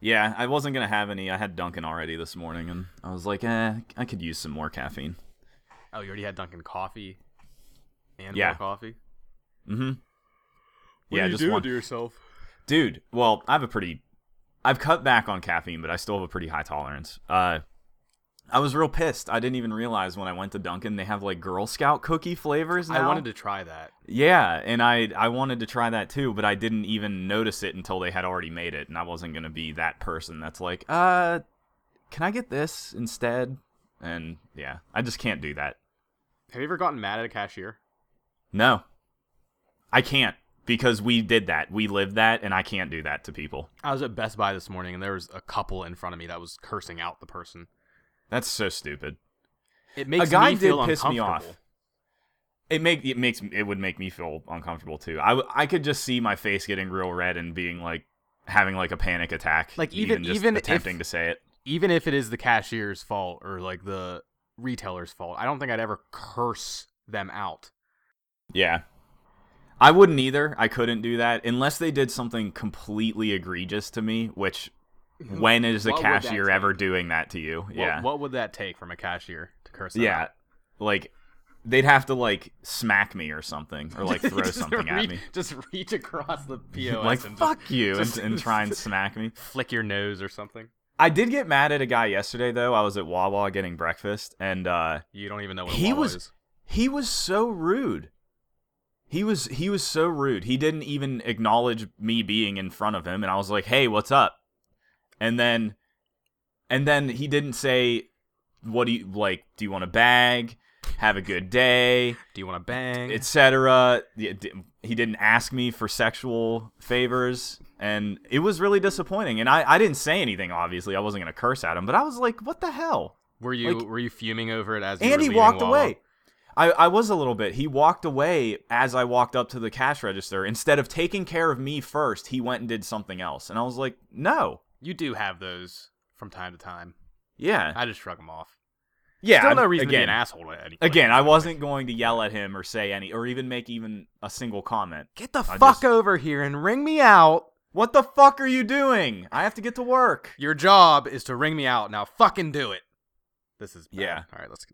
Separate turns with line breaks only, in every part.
Yeah, I wasn't gonna have any. I had Dunkin' already this morning, and I was like, eh, I could use some more caffeine.
Oh, you already had Dunkin' coffee and
Yeah.
more coffee.
Mm-hmm. yeah, just one.
yourself?
dude well i have a pretty i've cut back on caffeine but i still have a pretty high tolerance uh i was real pissed i didn't even realize when i went to dunkin they have like girl scout cookie flavors now.
I wanted to try that.
yeah and i i wanted to try that too but i didn't even notice it until they had already made it and i wasn't gonna be that person that's like uh can i get this instead and yeah i just can't do that
Have you ever gotten mad at a cashier?
no i can't because we did that we lived that and i can't do that to people
I was at Best Buy this morning and there was a couple in front of me that was cursing out the person.
that's so stupid
It makes
a guy
me
did
feel
piss me off.
uncomfortable.
It make it makes it would make me feel uncomfortable too. I, w- I could just see my face getting real red and being like having like a panic attack.
Like, even-
just
even if-
attempting to say it.
Even if it is the cashier's fault or like the retailer's fault, I don't think I'd ever curse them out.
Yeah, I wouldn't either. I couldn't do that unless they did something completely egregious to me. Which when is a
Mm-hmm. What would that
cashier
take?
ever doing that to you?
What,
yeah,
what would that take from a cashier to curse? them
yeah.
out?
Like they'd have to like smack me or something, or like throw
Just
something at
reach-
me.
Just reach across the POS
Like
and
fuck you,
just-
and, and try and smack me.
just flick your nose or something.
I did get mad at a guy yesterday though. I was at Wawa getting breakfast and uh
You don't even know what a
He
Wawa
was-
is.
he was so rude. He was he was so rude. He didn't even acknowledge me being in front of him and I was like, "Hey, what's up?" And then and then he didn't say what do you like, do you want a bag? Have a good day,
Do you want to bang?
etc. Yeah, d- He didn't ask me for sexual favors, and it was really disappointing. And I, I didn't say anything, obviously. I wasn't gonna curse at him, but I was like, "What the hell?"
were you
like-
were you fuming over it as you were
and he
leaving
walked
Wawa?
away. I, I was a little bit. He walked away as I walked up to the cash register. Instead of taking care of me first, he went and did something else. And I was like, no.
You do have those from time to time.
Yeah.
I just shrug them off.
yeah.
Still no
I'm-
reason
again,
to be an asshole to anyone.
Again, I wasn't going to yell at him or say any, or even make even a single comment.
Get the
I
fuck
just-
over here and ring me out.
What the fuck are you doing? I have to get to work.
Your job is to ring me out. Now fucking do it. This is bad.
Yeah.
All right, let's.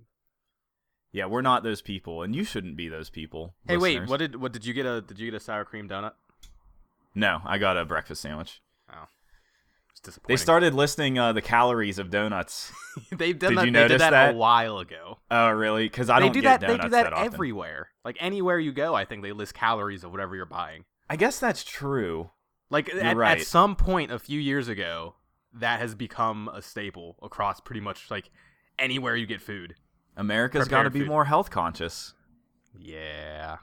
Yeah, we're not those people, and you shouldn't be those people.
Hey, wait.
listeners.
What did what did you get a did you get a sour cream donut?
No, I got a breakfast sandwich.
It's disappointing.
They started listing uh, the calories of donuts.
They've done
Did
that. they did
you notice
that,
that?
a while ago.
Oh, really? Because I
they
don't
do
get
that. They do
donuts
that,
often.
everywhere. Like anywhere you go, I think they list calories of whatever you're buying.
I guess that's true.
Like at,
right.
at some point a few years ago, that has become a staple across pretty much like anywhere you get food.
America's got to
Prepared
be
food.
more health conscious.
Yeah.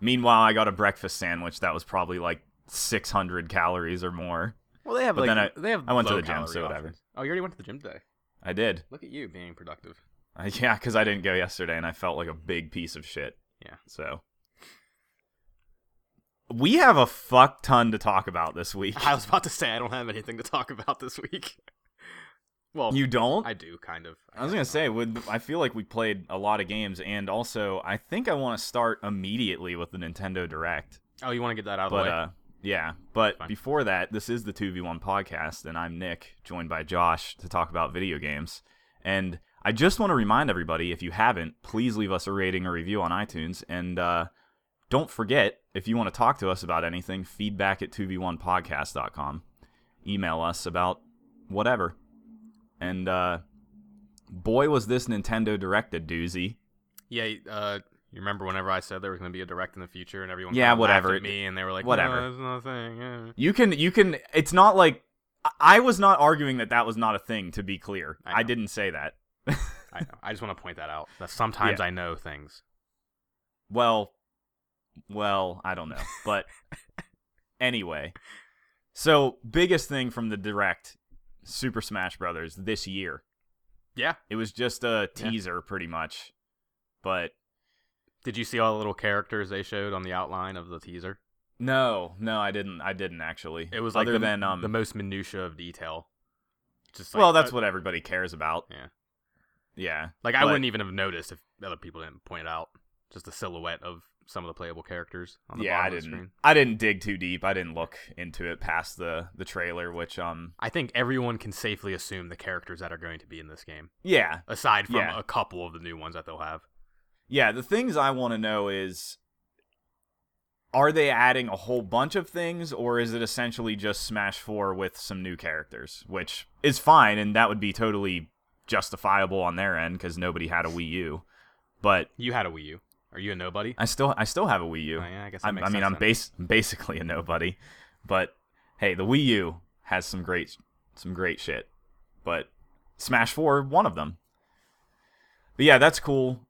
Meanwhile, I got a breakfast sandwich that was probably like 600 calories or more.
Well, they have
But
like
then I-
they have.
I went to
low
the gym,
calorie
so whatever.
options. Oh, you already went to the gym today.
I did.
Look at you being productive.
Uh, yeah, because I didn't go yesterday and I felt like a big piece of shit.
Yeah.
So. We have a fuck ton to talk about this week.
I was about to say I don't have anything to talk about this week. well,
You don't?
I do kind of.
I was gonna
guess.
say, would I feel like we played a lot of games, and also I think I want to start immediately with the Nintendo Direct.
Oh, you want to get that out of the
But
way?
uh, yeah. But
Fine.
before that, this is the two v one podcast, and I'm Nick, joined by Josh to talk about video games. And I just want to remind everybody, if you haven't, please leave us a rating or review on iTunes. And uh, don't forget, if you want to talk to us about anything, feedback at two v one podcast.com. Email us about whatever. And uh, boy, was this Nintendo Direct a doozy.
Yeah, uh, you remember whenever I said there was going to be a direct in the future, and everyone
Yeah,
kinda laughed
whatever.
at me, and they were like,
Whatever.
no, that's not a thing. eh."
You can you can it's not like I- I was not arguing that that was not a thing to be clear.
I know.
I, didn't say that.
I know. I just want to point that out. That sometimes
Yeah.
I know things.
Well, well, I don't know. But anyway. So, biggest thing from the direct Super Smash Brothers this year.
Yeah.
It was just a
Yeah.
teaser pretty much. But
Did you see all the little characters they showed on the outline of the teaser?
no, no, I didn't. I didn't actually.
It was like
other
the,
than um
the most minutia of detail. Just like,
well, that's
uh,
what everybody cares about.
Yeah.
Yeah.
like I
but-
wouldn't even have noticed if other people didn't point it out. Just the silhouette of some of the playable characters on the
yeah,
bottom
I
of the
didn't.
screen.
I didn't dig too deep. I didn't look into it past the the trailer, which um,
I think everyone can safely assume the characters that are going to be in this game,
yeah,
aside from
Yeah.
a couple of the new ones that they'll have.
yeah. The things I want to know is, are they adding a whole bunch of things, or is it essentially just Smash Four with some new characters, which is fine, and that would be totally justifiable on their end because nobody had a Wii U, but
You had a Wii U. Are you a nobody?
I still I still have a Wii U.
Oh, yeah, I guess that
I'm,
makes
I mean,
sense
I'm
then.
base, basically a nobody, but hey, the Wii U has some great, some great shit. But Smash Four, one of them. But yeah, that's cool.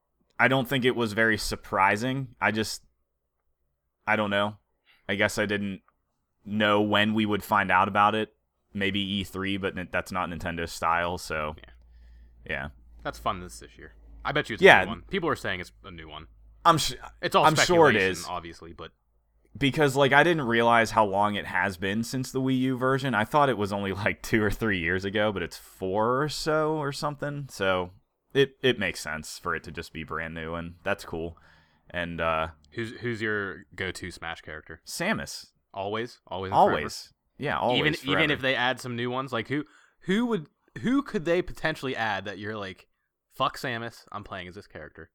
I don't think it was very surprising. I just, I don't know. I guess I didn't know when we would find out about it. Maybe E3, but n- that's not Nintendo style. So,
Yeah.
yeah,
That's fun this this year. I bet you it's
Yeah.
a new one. People are saying it's a new one.
I'm sh-
It's all
I'm sure it
speculation,
is.
obviously, but
because like I didn't realize how long it has been since the Wii U version. I thought it was only like two or three years ago, but it's four or so or something. So it it makes sense for it to just be brand new, and that's cool. And uh,
who's who's your go-to Smash character?
Samus,
Always, always, and forever?
always, yeah, always.
even even
forever.
if they add some new ones, like who who would who could they potentially add that you're like, fuck Samus, I'm playing as this character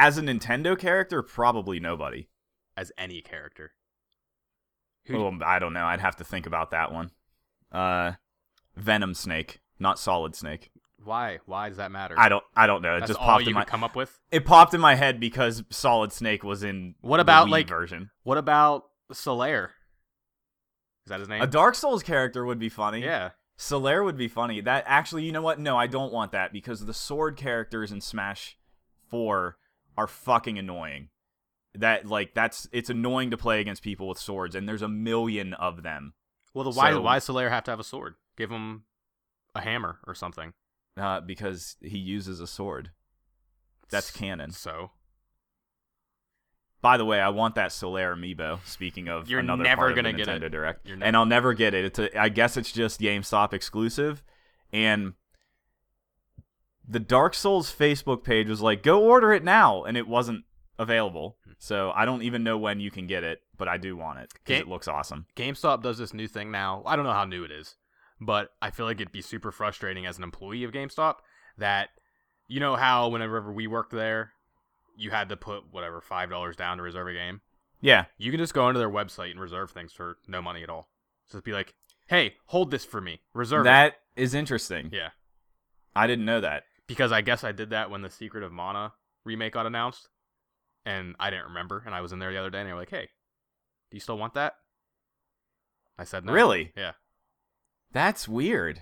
as a Nintendo character, probably nobody.
as any character. Who-
Well, I don't know. I'd have to think about that one. Uh, Venom Snake, not Solid Snake.
Why why does that matter?
I don't. I don't know. It
That's
just
all
popped
you
in my.
could come up with.
It popped in my head because Solid Snake was in.
What
the
about,
Wii
like,
version?
What about Solaire? Is that his name?
A Dark Souls character would be funny.
yeah,
Solaire would be funny. That actually, you know what? No, I don't want that because the sword characters in Smash 4 are fucking annoying. That like that's it's annoying to play against people with swords and there's a million of them.
Well, the why
So-
why Solaire have to have a sword? Give him a hammer or something.
Uh, because he uses a sword. That's canon.
So
By the way, I want that Solaire amiibo. Speaking of
You're
another
never
part of the
gonna get
Nintendo
it.
Direct,
You're
and
never-
I'll never get it. It's a, I guess it's just GameStop exclusive, and the Dark Souls Facebook page was like, "Go order it now," and it wasn't available.
Hmm.
So I don't even know when you can get it, but I do want it because
Ga-
it looks awesome.
GameStop does this new thing now. I don't know how new it is, but I feel like it'd be super frustrating as an employee of GameStop that you know how whenever we worked there, you had to put whatever five dollars down to reserve a game.
Yeah,
You can just go onto their website and reserve things for no money at all. Just be like, hey, hold this for me, reserve it.
that is interesting.
Yeah,
I didn't know that.
because I guess I did that when the Secret of Mana remake got announced, and I didn't remember, and I was in there the other day, and they were like, "Hey, do you still want that?" I said, "No."
Really?
Yeah,
That's weird.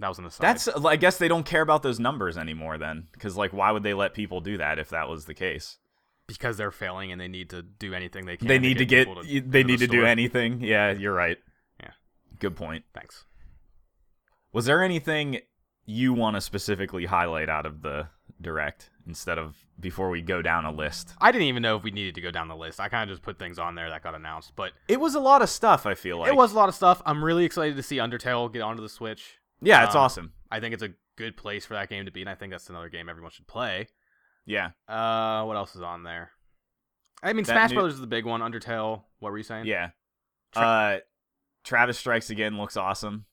that was in the side.
That's I guess they don't care about those numbers anymore then, because like why would they let people do that if that was the case?
because they're failing and they need to do anything they can.
they need to get,
people
y-
go
they
the
need to do
store.
anything yeah you're right
Yeah.
good point
Thanks.
was there anything you want to specifically highlight out of the direct instead of before we go down a list
I didn't even know if we needed to go down the list. I kind of just put things on there that got announced, but
it was a lot of stuff i feel like
it was a lot of stuff. I'm really excited to see Undertale get onto the Switch.
yeah it's
um,
awesome
I think it's a good place for that game to be, and I think that's another game everyone should play.
yeah
Uh, what else is on there? I mean,
That
Smash
new-
Brothers is the big one. Undertale. What were you saying?
yeah
Tra-
uh travis strikes again looks awesome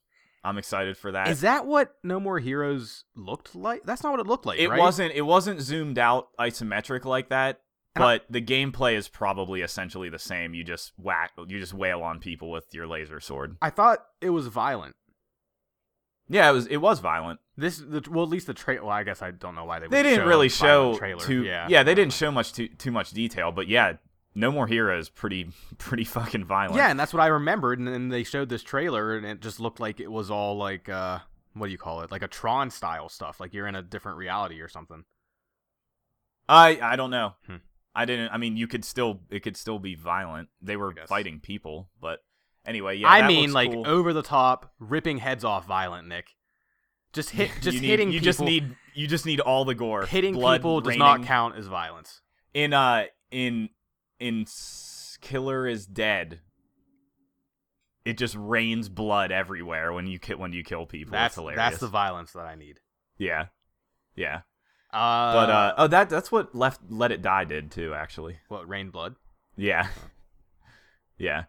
i'm excited for that
Is that what No More Heroes looked like? That's not what it looked like.
it
right?
wasn't it wasn't zoomed out isometric like that
And I-
but the gameplay is probably essentially the same you just whack you just wail on people with your laser sword
I thought it was violent.
yeah it was it was violent
This the, well, at least the trailer. Well, I guess I don't know why they. would
they didn't
show
really
a violent
show
trailer.
too yeah,
yeah
they didn't show much too too much detail but yeah no more heroes pretty pretty fucking violent
Yeah, and that's what I remembered. And then they showed this trailer, and it just looked like it was all like uh, what do you call it? Like a Tron style stuff. Like you're in a different reality or something.
i i don't know
Hmm.
i didn't i mean you could still it could still be violent they were
guess.
fighting people but anyway yeah
I
that
mean,
looks
like oh,
cool.
over the top, ripping heads off, violent Nick. Just hit, just
you need,
hitting.
you just
people-
need you just need all the gore
hitting
Blood
people does
raining.
not count as violence.
in uh in in S- killer is dead it just rains blood everywhere when you ki- when you kill people
That's
it's hilarious
that's the violence that I need.
Yeah. Yeah.
Uh,
But uh, oh, that that's what left Let It Die did too, actually.
what rain blood?
Yeah, yeah.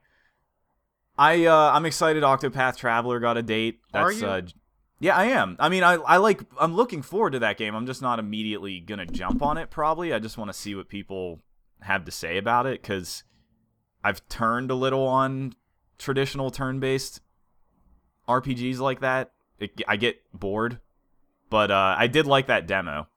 I uh, I'm excited. Octopath Traveler got a date. That's,
Are you?
Uh, j- yeah, I am. I mean, I I like. I'm looking forward to that game. I'm just not immediately gonna jump on it. Probably. I just want to see what people have to say about it because I've turned a little on traditional turn-based RPGs like that. It, I get bored, but uh, I did like that demo.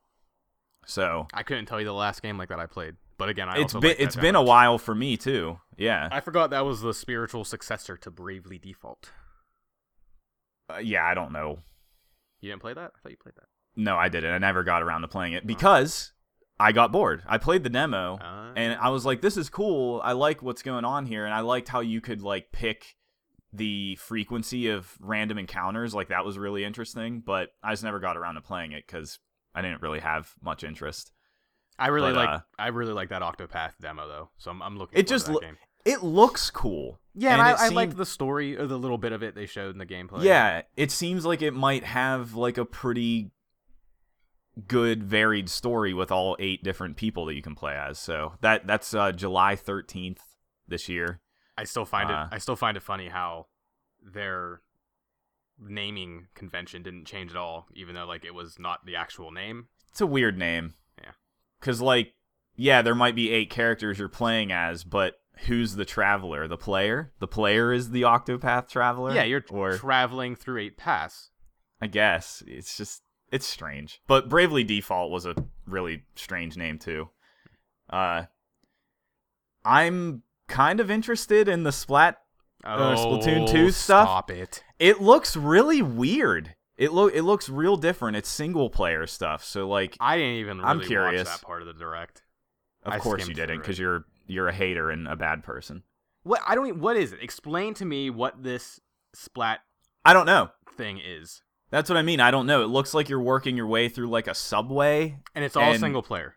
So
I couldn't tell you the last game like that I played. But again, I
it's
also
been
like that
it's been a
demo.
while for me too. Yeah,
I forgot that was the spiritual successor to Bravely Default.
Uh, yeah. I don't know.
You didn't play that? I thought you played that.
No, I didn't. I never got around to playing it because I got bored. I played the demo
Uh,
and I was like, "This is cool. I like what's going on here." And I liked how you could like pick the frequency of random encounters. Like that was really interesting. But I just never got around to playing it because I didn't really have much interest.
I really
but,
like
uh,
I really like that Octopath demo though, so I'm, I'm looking. forward
It just
to that
loo-
game.
It looks cool.
yeah, and
and
I,
it
I
seemed-
liked the story or the little bit of it they showed in the gameplay.
Yeah, it seems like it might have like a pretty good varied story with all eight different people that you can play as. So that that's uh, July thirteenth this year.
I still find
Uh,
it I still find it funny how their naming convention didn't change at all, even though like it was not the actual name.
It's a weird name.
Yeah.
Cause like, yeah, there might be eight characters you're playing as, but who's the traveler? The player? The player is the Octopath Traveler.
Yeah, you're
or
traveling through eight paths.
I guess it's just it's strange. But Bravely Default was a really strange name too. Uh, I'm kind of interested in the splat. Uh, Splatoon 2 stuff?
Oh, Stop it.
It looks really weird. It look it looks real different. It's single player stuff. So like,
I didn't even really
I'm curious.
watch that part of the direct.
of
I
course you
skimmed
didn't
through it.
because you're you're a hater and a bad person.
What I don't even, what is it? Explain to me what this splat
I don't know.
thing is.
That's what I mean. I don't know. It looks like you're working your way through like a subway,
And it's all
And-
single player.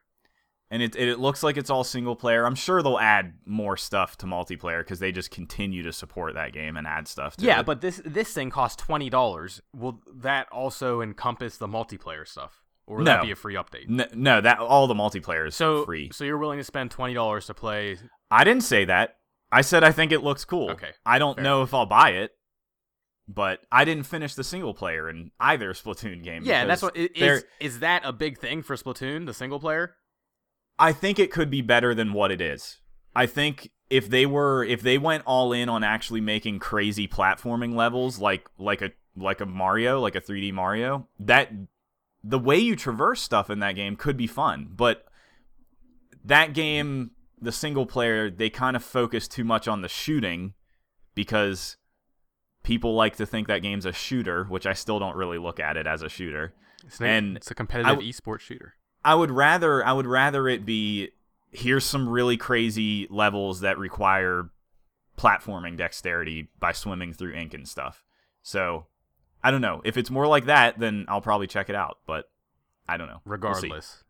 and it it looks like it's all single player. I'm sure they'll add more stuff to multiplayer because they just continue to support that game and add stuff. To
Yeah,
it.
but this this thing costs twenty dollars. Will that also encompass the multiplayer stuff, or would that
No.
be a free update?
no, no, that all the multiplayer is
So
free.
so you're willing to spend twenty dollars to play?
I didn't say that. I said I think it looks cool.
Okay,
I don't
fair.
know if I'll buy it, but I didn't finish the single player in either Splatoon game.
Yeah, and that's
because
what i-
they're-
is is that a big thing for Splatoon, the single player?
I think it could be better than what it is. I think if they were if they went all in on actually making crazy platforming levels like like a like a Mario, like a 3D Mario, that the way you traverse stuff in that game could be fun, but that game the single player they kind of focus too much on the shooting because people like to think that game's a shooter, which I still don't really look at it as a shooter.
It's
an- And
it's a competitive
w-
esports shooter.
I would rather I would rather it be here's some really crazy levels that require platforming dexterity by swimming through ink and stuff. So I don't know. If it's more like that, then I'll probably check it out, but I don't know. We'll see.
Regardless,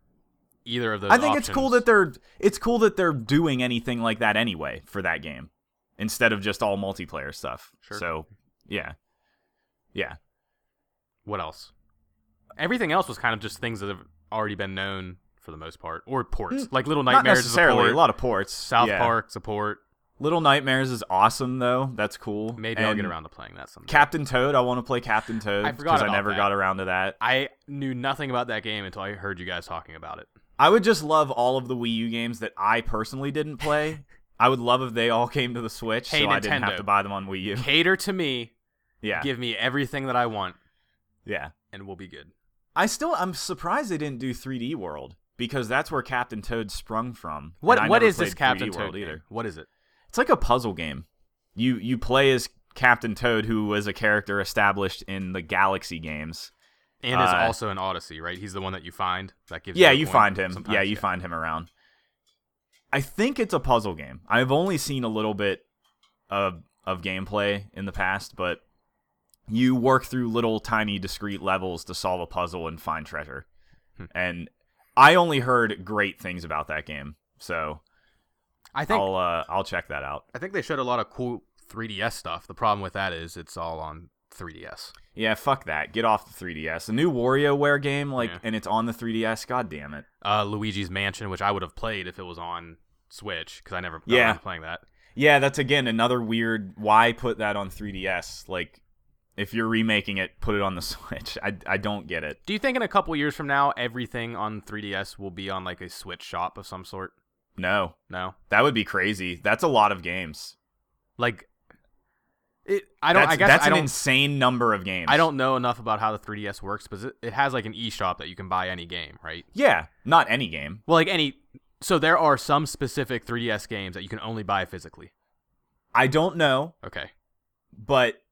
either of those.
I think it's cool
options-
that they're it's cool that they're doing anything like that anyway for that game instead of just all multiplayer stuff.
Sure.
So, yeah. Yeah.
what else? Everything else was kind of just things that have already been known for the most part, or ports
Mm,
like Little
Not
Nightmares. is a
necessarily a
port,
lot of ports.
South
Yeah.
Park support.
Little Nightmares is awesome though. That's cool.
Maybe I'll get
And-
around to playing that someday.
Captain Toad. I want to play Captain Toad
I forgot
because I,
about
never
that.
got around to that.
I knew nothing about that game until I heard you guys talking about it.
I would just love all of the Wii U games that I personally didn't play. I would love if they all came to the Switch,
Hey,
so I didn't
Nintendo.
have to buy them on Wii U.
Cater to me,
Yeah,
give me everything that I want,
yeah.
and we'll be good.
I still, I'm surprised they didn't do 3D World because that's where Captain Toad sprung from. and
What
I
what
never
is this
played 3D
Captain
World
Toad game?
either?
What is it?
It's like a puzzle game. You you play as Captain Toad, who was a character established in the Galaxy games.
And is
Uh,
also an Odyssey, right? He's the one that you find that gives.
yeah
you, a
you
coin
find him
sometimes,
yeah you find him around i think it's a puzzle game i've only seen a little bit of of gameplay in the past but you work through little tiny discrete levels to solve a puzzle and find treasure
Hmm.
and i only heard great things about that game so
I think
i'll uh, i'll check that out
I think they showed a lot of cool 3DS stuff. The problem with that is it's all on 3DS.
Yeah, fuck that. Get off the 3DS. The new WarioWare game, like,
Yeah.
and it's on the 3DS. God damn it.
Uh, Luigi's Mansion, which I would have played if it was on Switch, because I never got
Yeah.
around to playing that.
Yeah, that's again another weird. Why put that on 3DS? Like, if you're remaking it, put it on the Switch. I, I don't get it.
Do you think in a couple years from now, everything on 3DS will be on like a Switch shop of some sort?
No,
No,
that would be crazy. That's a lot of games.
like it. I don't.
That's,
I guess
that's
I
an
don't.
insane number of games.
I don't know enough about how the 3DS works, but it, it has like an eShop that you can buy any game, right?
Yeah, not any game.
Well, like any. So there are some specific 3DS games that you can only buy physically.
I don't know,
Okay.
but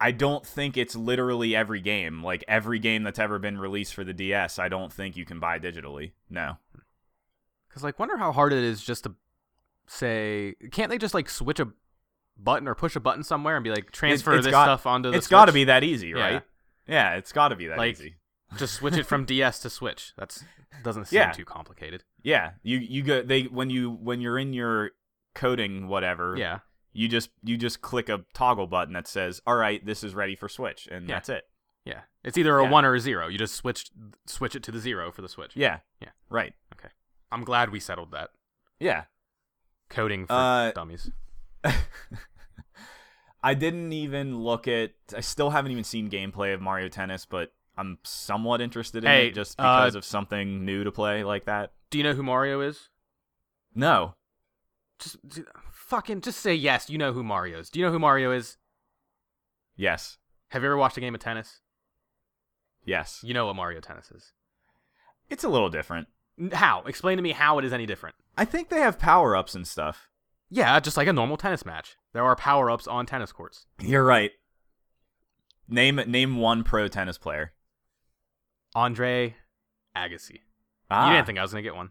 I don't think it's literally every game. Like every game that's ever been released for the DS, I don't think you can buy digitally. No.
Cause like, wonder how hard it is just to say. Can't they just like switch a button or push a button somewhere and be like transfer
it's
this
got-
stuff onto the?
It's got to
Switch?
be that easy,
Yeah.
right? Yeah, it's got to be that
Like-
easy.
just switch it from DS to Switch. That's doesn't seem
Yeah.
too complicated.
Yeah, you you go they when you when you're in your coding whatever,
Yeah.
you just you just click a toggle button that says, "All right, this is ready for Switch," and
Yeah.
that's it.
Yeah. It's either a
Yeah.
1 or a 0. You just switch switch it to the 0 for the Switch.
Yeah.
Yeah.
Right.
I'm glad we settled that.
Yeah.
Coding for
Uh,
dummies.
I didn't even look at. I still haven't even seen gameplay of Mario Tennis, but I'm somewhat interested in
Hey,
it just
uh,
because of something new to play like that.
Do you know who Mario is?
No,
Just d- fucking just say yes, you know who Mario is. Do you know who Mario is?
yes,
Have you ever watched a game of tennis?
yes.
You know what Mario Tennis is.
It's a little different.
N- How? Explain to me how it is any different.
I think they have power ups and stuff.
Yeah, just like a normal tennis match. There are power-ups on tennis courts.
You're right. Name name one pro tennis player.
Andre Agassi.
Ah,
You didn't think I was going to get one.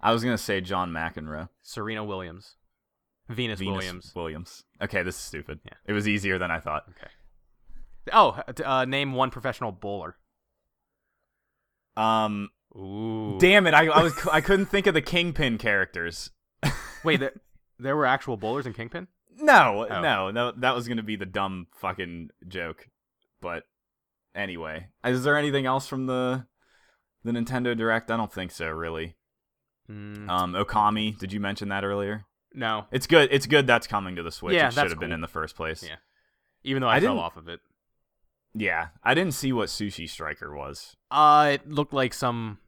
I was gonna say John McEnroe.
Serena Williams. Venus,
Venus
Williams.
Williams. Okay, this is stupid.
Yeah.
It was easier than I thought.
Okay. Oh, uh, t- uh, name one professional bowler.
Um,
Ooh.
damn it! I, I was I couldn't think of the kingpin characters.
Wait, there, there were actual bowlers in Kingpin?
No,
Oh.
no, no, that was gonna be the dumb fucking joke. But anyway, is there anything else from the the Nintendo Direct? I don't think so, really.
Mm,
Um, Okami, did you mention that earlier?
no.
It's good. It's good that's coming to the Switch.
Yeah,
it should
that's
have been
cool.
in the first place.
Yeah. Even though I,
I
fell
didn't-
off of it.
Yeah, I didn't see what Sushi Striker was.
Uh, it looked like some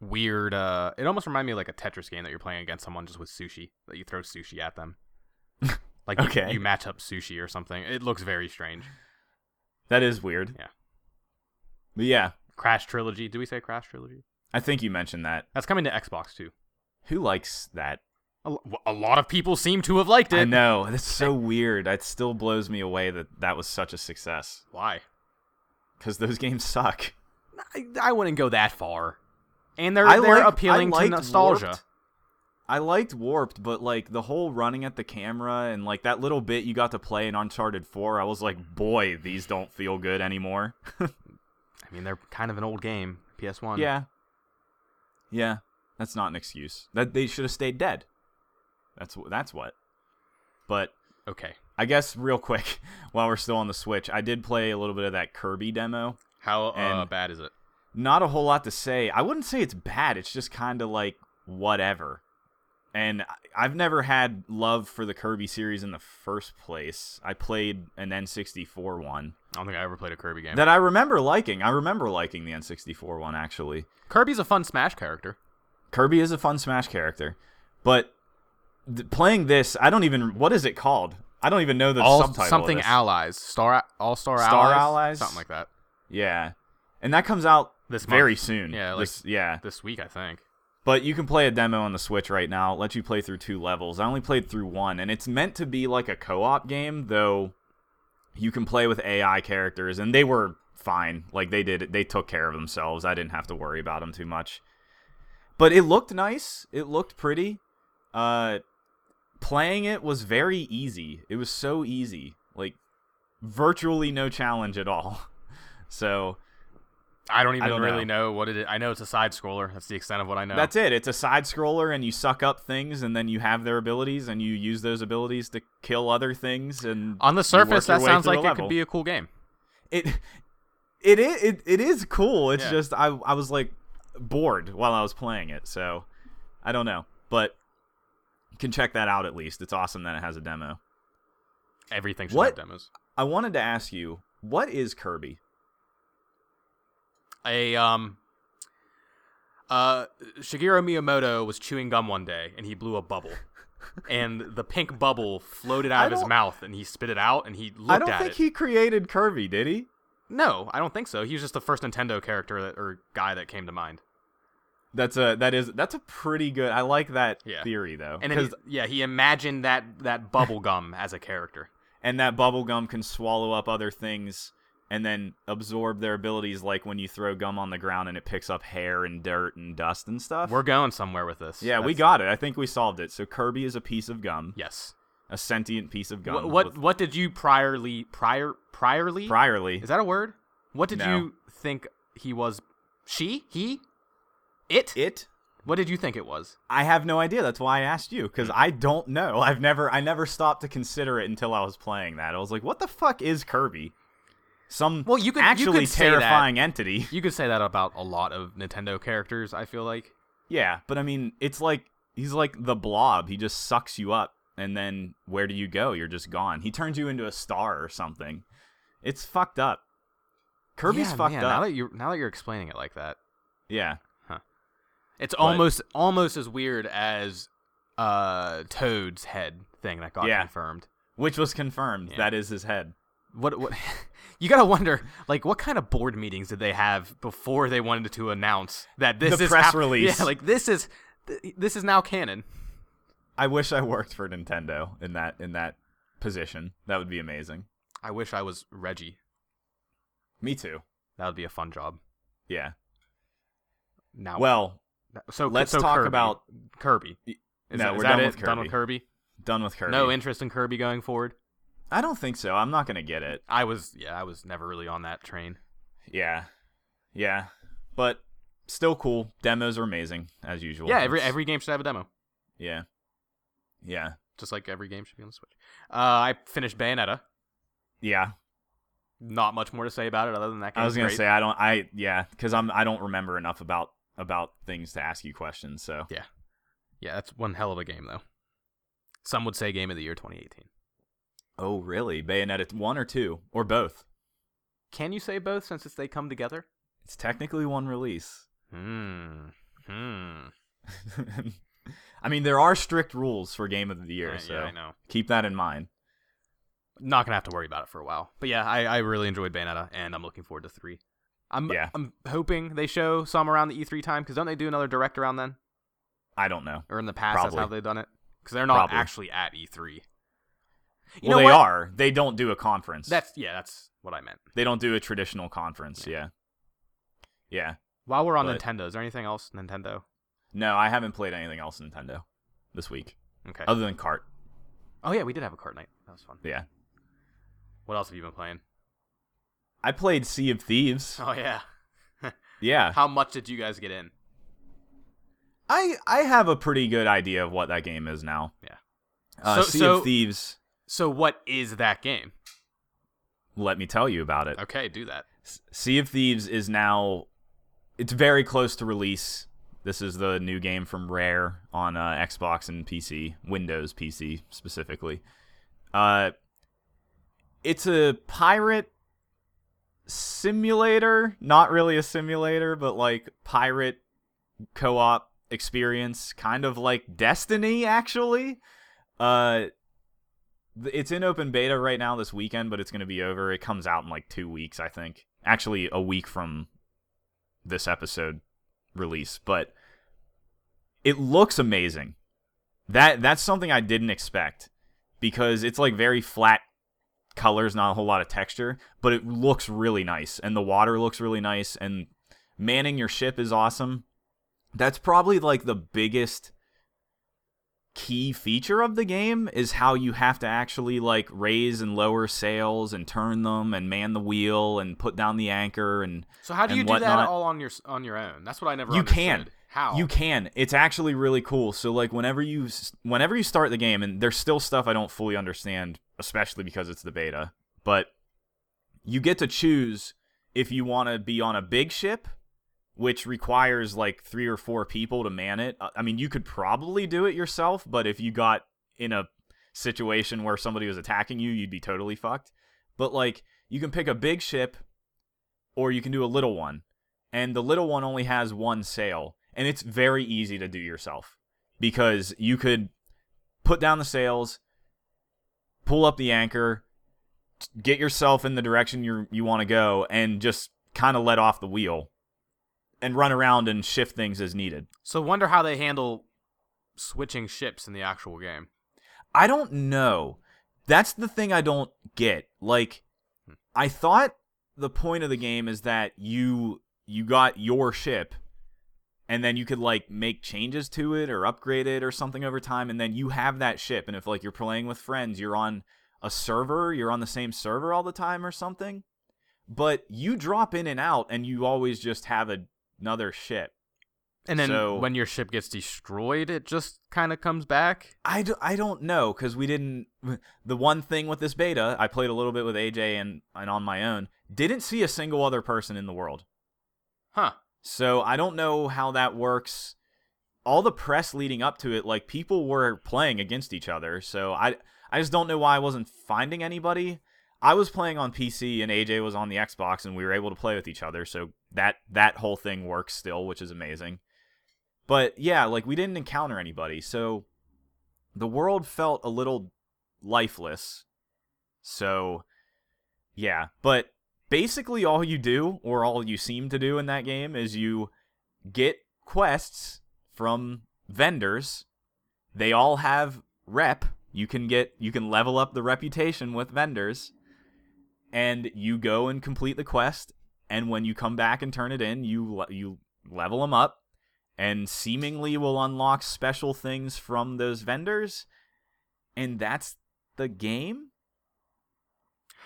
weird. Uh, it almost reminded me of like a Tetris game that you're playing against someone just with sushi that you throw sushi at them. Like you-
Okay.
you, match up sushi or something. It looks very strange.
That is weird.
Yeah.
But yeah,
Crash Trilogy. Do we say Crash Trilogy?
I think you mentioned that.
That's coming to Xbox too.
Who likes that?
A, lo- a lot of people seem to have liked it.
I know. That's so weird. It still blows me away that that was such a success
Why?
because those games suck.
I, I wouldn't go that far. And they're,
I
they're
like-
appealing
I
to
liked
nostalgia.
Warped. I liked Warped, but like the whole running at the camera and like that little bit you got to play in Uncharted 4, I was like, boy, these don't feel good anymore.
I mean, they're kind of an old game, PS1.
Yeah. Yeah. That's not an excuse. That they should have stayed dead. That's wh- that's what. But
Okay.
I guess real quick, while we're still on the Switch, I did play a little bit of that Kirby demo.
How uh,
And-
bad is it?
not a whole lot to say. I wouldn't say it's bad. It's just kind of like whatever. And I- I've never had love for the Kirby series in the first place. I played an N64 one
I don't think I ever played a Kirby game.
that I remember liking. I remember liking the N64 one actually.
Kirby's a fun Smash character.
Kirby is a fun Smash character, but th- playing this, I don't even what is it called? I don't even know the
All
subtitle. of
something
this.
allies, star all star allies,
Star Allies?
something like that.
Yeah, and that comes out
This
very
month.
soon.
Yeah, like-
This- yeah.
This week, I think.
But you can play a demo on the Switch right now. It lets you play through two levels. I only played through one, and it's meant to be like a co-op game, though. You can play with AI characters, and they were fine. Like they did, they took care of themselves. I didn't have to worry about them too much. But it looked nice. It looked pretty. Uh, playing it was very easy. It was so easy, like virtually no challenge at all. So
I don't even
don't
really know. what it is. I know it's a side scroller. That's the extent of what I know.
That's it. It's a side scroller, and you suck up things, and then you have their abilities, and you use those abilities to kill other things. And
On the
you work
surface,
your
that
way
sounds
through
like
a
it
level.
could be a cool game.
it it is it, it is cool. It's
Yeah.
just I I was like bored while I was playing it, so I don't know, but you can check that out at least. It's awesome that it has a demo.
Everything should
What?
have demos.
I wanted to ask you, what is Kirby?
A um uh Shigeru Miyamoto was chewing gum one day and he blew a bubble. and the pink bubble floated
I
out of his
don't-
mouth and he spit it out and he looked
I don't
at
think
it.
he created Kirby, did he?
No, I don't think so. He was just the first Nintendo character that, or guy that came to mind.
That's a that is that's a pretty good. I like that
Yeah.
theory though,
And then, he,
'cause-
yeah, he imagined that that bubble gum as a character.
and that bubble gum can swallow up other things and then absorb their abilities, like when you throw gum on the ground and it picks up hair and dirt and dust and stuff.
We're going somewhere with this.
yeah, we
That's-
got it. I think we solved it. So Kirby is a piece of gum,
Yes.
a sentient piece of gum.
What what,
with-
what did you priorly prior priorly
priorly?
Is that a word? What did
No.
you think he was? She? He? It?
it?
What did you think it was?
I have no idea. That's why I asked you
Hmm.
because I don't know. I've never I never stopped to consider it until I was playing that. I was like, what the fuck is Kirby? Some
Well, you could- you
actually
could say that.
terrifying entity.
You could say that about a lot of Nintendo characters, I feel like.
Yeah, but I mean, it's like he's like the blob. He just sucks you up, and then where do you go? You're just gone. He turns you into a star or something. It's fucked up. Kirby's
Yeah,
fucked
man, Now
up.
that, you're, now that you're explaining it like that,
Yeah,
it's almost almost as weird as uh, Toad's head thing that got
Yeah.
confirmed.
which was confirmed.
Yeah.
That is his head.
What, what you gotta wonder, like, what kind of board meetings did they have before they wanted to announce that this
The
is
press
how-
release.
Yeah, like this is th- this is now canon.
I wish I worked for Nintendo in that in that position. That would be amazing.
I wish I was Reggie.
Me too.
That would be a fun job.
Yeah.
Now,
Well,
so
let's
so
talk
Kirby.
about
Kirby.
Y-
Is,
no,
that- is
we're
that
done
it?
with
Done with Kirby?
done with Kirby.
No interest in Kirby going forward.
I don't think so. I'm not gonna get it.
I was yeah, I was never really on that train.
Yeah, yeah, but still cool. Demos are amazing as usual.
yeah, every
It's-
every game should have a demo,
Yeah. Yeah.
just like every game should be on the Switch. Uh, I finished Bayonetta.
Yeah.
Not much more to say about it other than that.
I was
game's
going to
great.
say I don't I yeah, cuz I'm I don't remember enough about about things to ask you questions, so.
yeah, that's one hell of a game though. Some would say game of the year 2018.
Oh, really? Bayonetta 1 or 2 or both?
Can you say both since it's they come together?
It's technically one release.
Hmm. Hmm.
I mean, there are strict rules for game of the year,
Uh, Yeah,
so
yeah, I know.
keep that in mind.
not gonna have to worry about it for a while. But yeah, I, I really enjoyed Bayonetta, and I'm looking forward to three. I'm
Yeah.
I'm hoping they show some around the E3 time because don't they do another direct around then
I don't know.
or in the past?
Probably.
That's how they've done it because they're not
Probably.
actually at E3. You
well,
know
they
what?
are. They don't do a conference.
That's yeah, that's what I meant.
they don't do a traditional conference. Yeah. Yeah.
While we're on
But-
Nintendo, is there anything else Nintendo?
No, I haven't played anything else Nintendo this week
Okay.
other than Cart.
oh yeah, we did have a card night. That was fun.
Yeah.
What else have you been playing?
I played Sea of Thieves.
Oh yeah.
Yeah.
How much did you guys get in?
I I have a pretty good idea of what that game is now.
Yeah. So-
Uh, sea
so-
of Thieves.
So what is that game?
Let me tell you about it.
Okay, do that.
S- Sea of Thieves is now. It's very close to release. This is the new game from Rare on uh, Xbox and PC, Windows PC specifically. Uh, it's a pirate simulator. Not really a simulator, but like pirate co-op experience, kind of like Destiny, actually. Uh, th- it's in open beta right now this weekend, but it's going to be over. It comes out in like two weeks, I think. Actually, a week from this episode release, but it looks amazing. That that's something I didn't expect because it's like very flat colors, not a whole lot of texture, but it looks really nice, and the water looks really nice, and manning your ship is awesome. That's probably like the biggest key feature of the game is how you have to actually like raise and lower sails and turn them and man the wheel and put down the anchor and
So how do
And
you do that
whatnot.
all on your s- on your own? That's what I never.
You can.
understood. How
You can. It's actually really cool. So like whenever you s- whenever you start the game and there's still stuff I don't fully understand, especially because it's the beta, but you get to choose if you want to be on a big ship which requires like three or four people to man it Uh, I- i mean you could probably do it yourself but if you got in a situation where somebody was attacking you you'd be totally fucked but like you can pick a big ship or you can do a little one and the little one only has one sail and it's very easy to do yourself because you could put down the sails pull up the anchor t- get yourself in the direction you you want to go and just kind of let off the wheel and run around and shift things as needed
So wonder how they handle switching ships in the actual game.
I don't know. That's the thing I don't get. Like I thought the point of the game is that you you got your ship and then you could like make changes to it or upgrade it or something over time and then you have that ship and if like you're playing with friends, you're on a server, you're on the same server all the time or something. But you drop in and out and you always just have a, another ship.
And then
So-
when your ship gets destroyed, it just kind of comes back.
I, d- I don't know because we didn't. The one thing with this beta, I played a little bit with AJ and, and on my own, didn't see a single other person in the world.
Huh.
So I don't know how that works. All the press leading up to it, like people were playing against each other. So I, I just don't know why I wasn't finding anybody. I was playing on PC and AJ was on the Xbox and we were able to play with each other. So that that whole thing works still, which is amazing. But yeah, like we didn't encounter anybody. So the world felt a little lifeless. So yeah, but basically all you do or all you seem to do in that game is you get quests from vendors they all have rep you can get you can level up the reputation with vendors and you go and complete the quest and when you come back and turn it in you le- you level them up and seemingly will unlock special things from those vendors and that's the game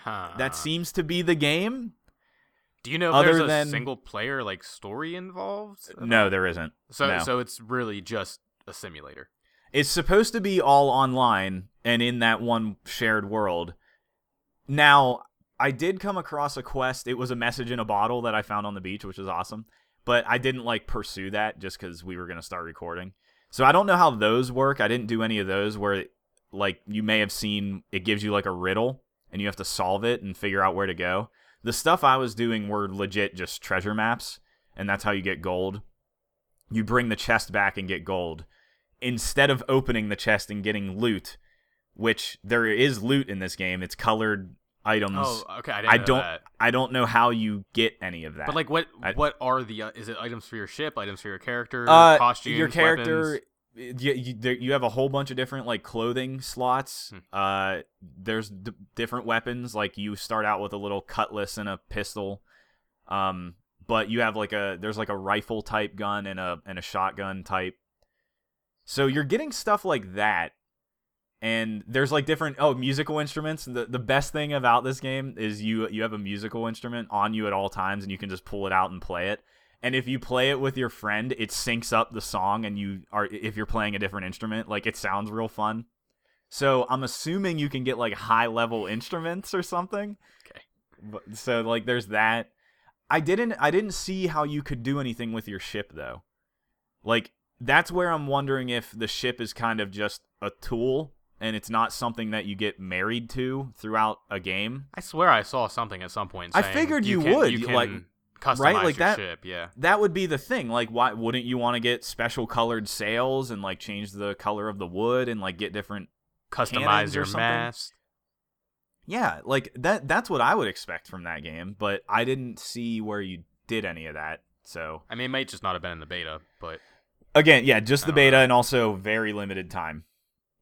Huh.
that seems to be the game
Do you know if
other
there's a
than-
single player like story involved?
No, there isn't.
So
no.
so it's really just a simulator.
It's supposed to be all online and in that one shared world. Now, I did come across a quest. It was a message in a bottle that I found on the beach, which was awesome. But I didn't like pursue that just because we were going to start recording. So I don't know how those work. I didn't do any of those where, like, you may have seen it gives you like a riddle and you have to solve it and figure out where to go. The stuff I was doing were legit just treasure maps, and that's how you get gold. You bring the chest back and get gold instead of opening the chest and getting loot, which there is loot in this game, it's colored items.
Oh, okay. I, didn't
Mm, I
know
don't
That.
I don't know how you get any of that.
But like, what
I-
what are the uh, is it items for your ship, items for your character,
uh,
costumes,
your
weapons?
character you, you, there, you have a whole bunch of different like clothing slots.
Hmm.
Uh there's d- different weapons like you start out with a little cutlass and a pistol. Um but you have like a there's like a rifle type gun and a and a shotgun type. So you're getting stuff like that and there's like different oh musical instruments the, the best thing about this game is you you have a musical instrument on you at all times and you can just pull it out and play it and if you play it with your friend it syncs up the song and you are if you're playing a different instrument like it sounds real fun so i'm assuming you can get like high level instruments or something
Okay.
But- so like there's that i didn't i didn't see how you could do anything with your ship though like that's where i'm wondering if the ship is kind of just a tool and it's not something that you get married to throughout a game
I swear I saw something at some point.
I
saying
figured you
can-
would,
You
you,
can
like-
customize
right, like
your
that-
ship. Yeah.
that would be the thing like why wouldn't you want to get special colored sails and like change the color of the wood and like get different Cannons
Customize
or
your
something?
mast.
yeah like that that's what i would expect from that game but i didn't see where you did any of that so
I mean, it might just not have been in the beta, but
again yeah just
I
the
don't
beta and also very limited time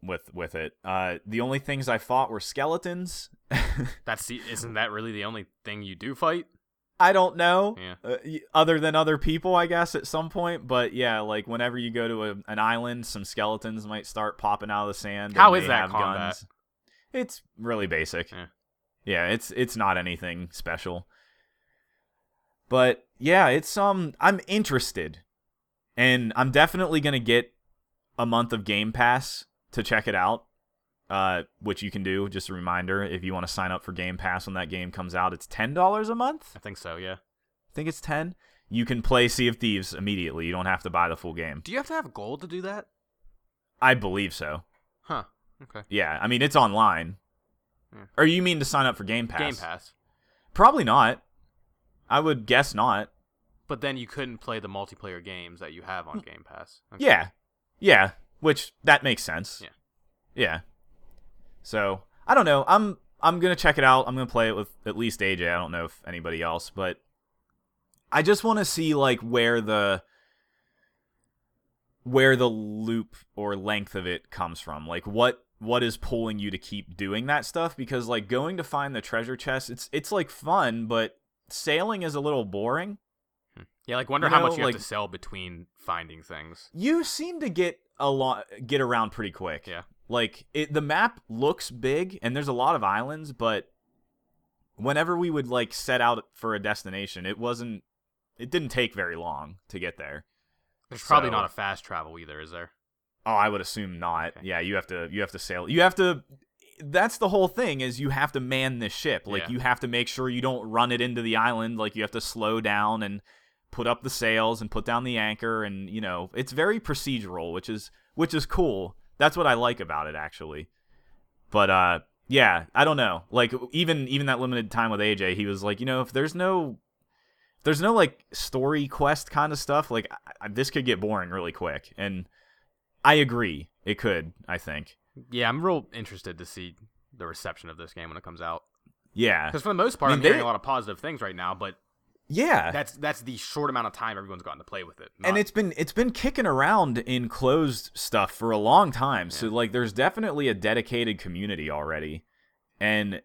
with with it uh the only things i fought were skeletons
that's the, isn't that really the only thing you do fight?
i don't know
Yeah.
uh, y- other than other people i guess at some point but yeah like whenever you go to a, an island some skeletons might start popping out of the sand
How
and
is
they
that
have
combat?
guns it's really basic
Yeah.
yeah it's it's not anything special but yeah it's um i'm interested and i'm definitely gonna get a month of game pass to check it out uh, which you can do. Just a reminder if you want to sign up for Game Pass when that game comes out, it's $10 a month.
I think so. Yeah.
I think it's 10 You can play Sea of Thieves immediately. You don't have to buy the full game.
Do you have to have gold to do that?
I believe so.
Huh. Okay.
Yeah. I mean, it's online.
Hmm.
Or you mean to sign up for Game Pass?
Game Pass.
Probably not. I would guess not.
But then you couldn't play the multiplayer games that you have on Game Pass. Okay.
Hmm. Yeah. Yeah. Which that makes sense.
Yeah.
Yeah. So I don't know. I'm I'm gonna check it out. I'm gonna play it with at least AJ. I don't know if anybody else, but I just wanna see like where the where the loop or length of it comes from. Like what what is pulling you to keep doing that stuff? Because like going to find the treasure chest, it's it's like fun, but sailing is a little boring.
Yeah, like wonder
You
how
know,
much you
like-
have to sell between finding things.
you seem to get a lot get around pretty quick
Yeah.
like it the map looks big and there's a lot of islands but whenever we would like set out for a destination it wasn't it didn't take very long to get there
There's probably
So-
not a fast travel either, is there?
oh i would assume not
Okay.
yeah you have to you have to sail you have to that's the whole thing is you have to man this ship like
Yeah.
you have to make sure you don't run it into the island like you have to slow down and put up the sails and put down the anchor and you know it's very procedural which is which is cool that's what i like about it actually but uh yeah i don't know like even even that limited time with aj he was like you know if there's no if there's no like story quest kind of stuff like I, I, this could get boring really quick and i agree it could i think
Yeah, I'm real interested to see the reception of this game when it comes out.
yeah
Because for the most part,
I
I am
mean,
hearing
they-
a lot of positive things right now, but
yeah
that's that's the short amount of time everyone's gotten to play with it.
and
Not-
it's been it's been kicking around in closed stuff for a long time so
Yeah.
like there's definitely a dedicated community already and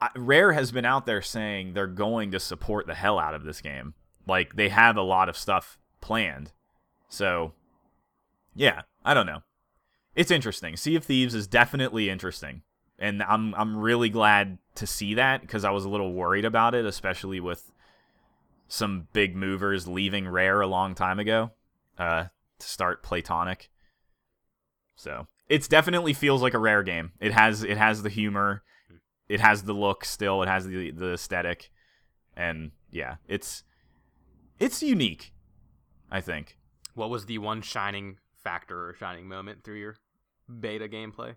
I- rare has been out there saying they're going to support the hell out of this game like they have a lot of stuff planned so yeah i don't know it's interesting sea of thieves is definitely interesting and i'm i'm really glad to see that because i was a little worried about it especially with some big movers leaving Rare a long time ago uh, to start Platonic. So it's definitely feels like a Rare game. It has it has the humor, it has the look still, it has the the aesthetic, and yeah, it's it's unique. I think
what was the one shining factor or shining moment through your beta gameplay?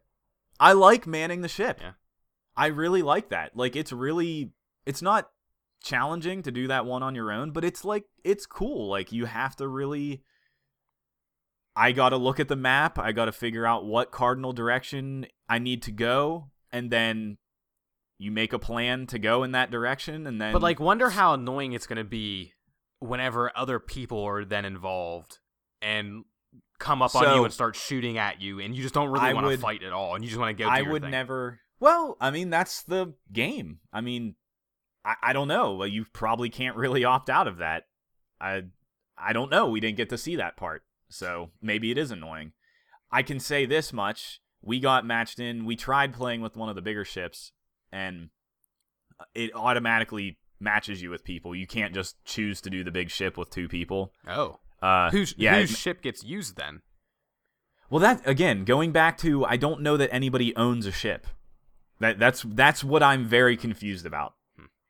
I like manning the ship.
Yeah.
I really like that. Like it's really it's not challenging to do that one on your own, but it's like it's cool. Like you have to really I got to look at the map, I got to figure out what cardinal direction I need to go and then you make a plan to go in that direction and then
But like, wonder how annoying it's gonna be whenever other people are then involved and come up on
So-
you and start shooting at you, and you just don't really
I
want to
would-
fight at all, and you just want to go. do
I
your
would
thing.
never. Well, I mean, that's the game. I mean, I, I don't know. Well, You probably can't really opt out of that. I I don't know. We didn't get to see that part, so maybe it is annoying. I can say this much: we got matched in. We tried playing with one of the bigger ships, and it automatically matches you with people. You can't just choose to do the big ship with two people.
Oh,
Uh,
whose
yeah,
whose
it-
ship gets used then?
well, that again, going back to I don't know that anybody owns a ship. That that's that's what I'm very confused about.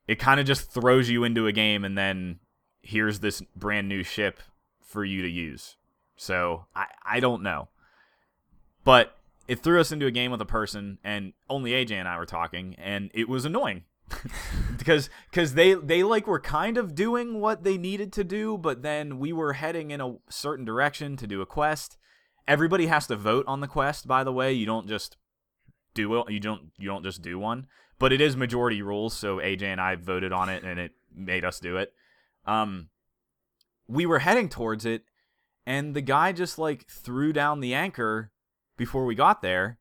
It kind of just throws you into a game and then here's this brand new ship for you to use. So I I don't know. But it threw us into a game with a person and only AJ and I were talking and it was annoying. because cause they they like were kind of doing what they needed to do, but then we were heading in a certain direction to do a quest everybody has to vote on the quest by the way you don't just do it you don't you don't just do one but it is majority rules so aj and i voted on it and it made us do it um we were heading towards it and the guy just like threw down the anchor before we got there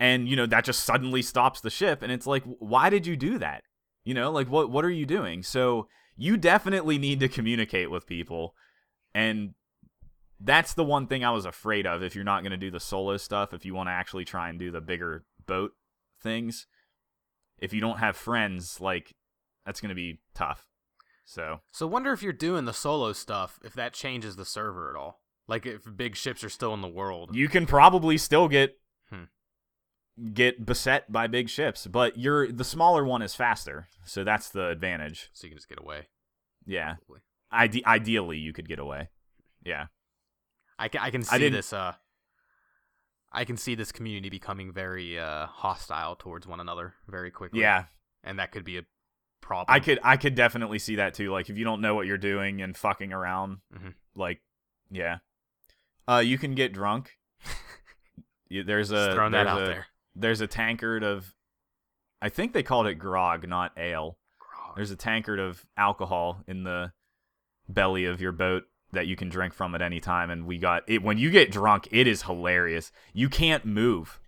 and you know that just suddenly stops the ship and it's like why did you do that you know like what what are you doing so you definitely need to communicate with people and that's the one thing I was afraid of. If you're not going to do the solo stuff, if you want to actually try and do the bigger boat things, if you don't have friends, like that's going to be tough. So
So wonder if you're doing the solo stuff, if that changes the server at all. Like if big ships are still in the world.
you can probably still get
Hmm.
get beset by big ships, but you're the smaller one is faster, so that's the advantage.
so you can just get away.
Yeah,
probably.
Ide- ideally you could get away. Yeah,
I can, I can
I
see
didn't-
this. Uh, I can see this community becoming very uh, hostile towards one another very quickly.
yeah.
and that could be a problem.
I could I could definitely see that too. Like if you don't know what you're doing and fucking around,
Mhm.
like yeah, uh, you can get drunk. You- there's
Just
a
throwing that
uh, there's
out
a-
there.
There's a tankard of, I think they called it grog, not ale.
Grog.
There's a tankard of alcohol in the belly of your boat that you can drink from at any time. And we got it when you get drunk, it is hilarious. You can't move.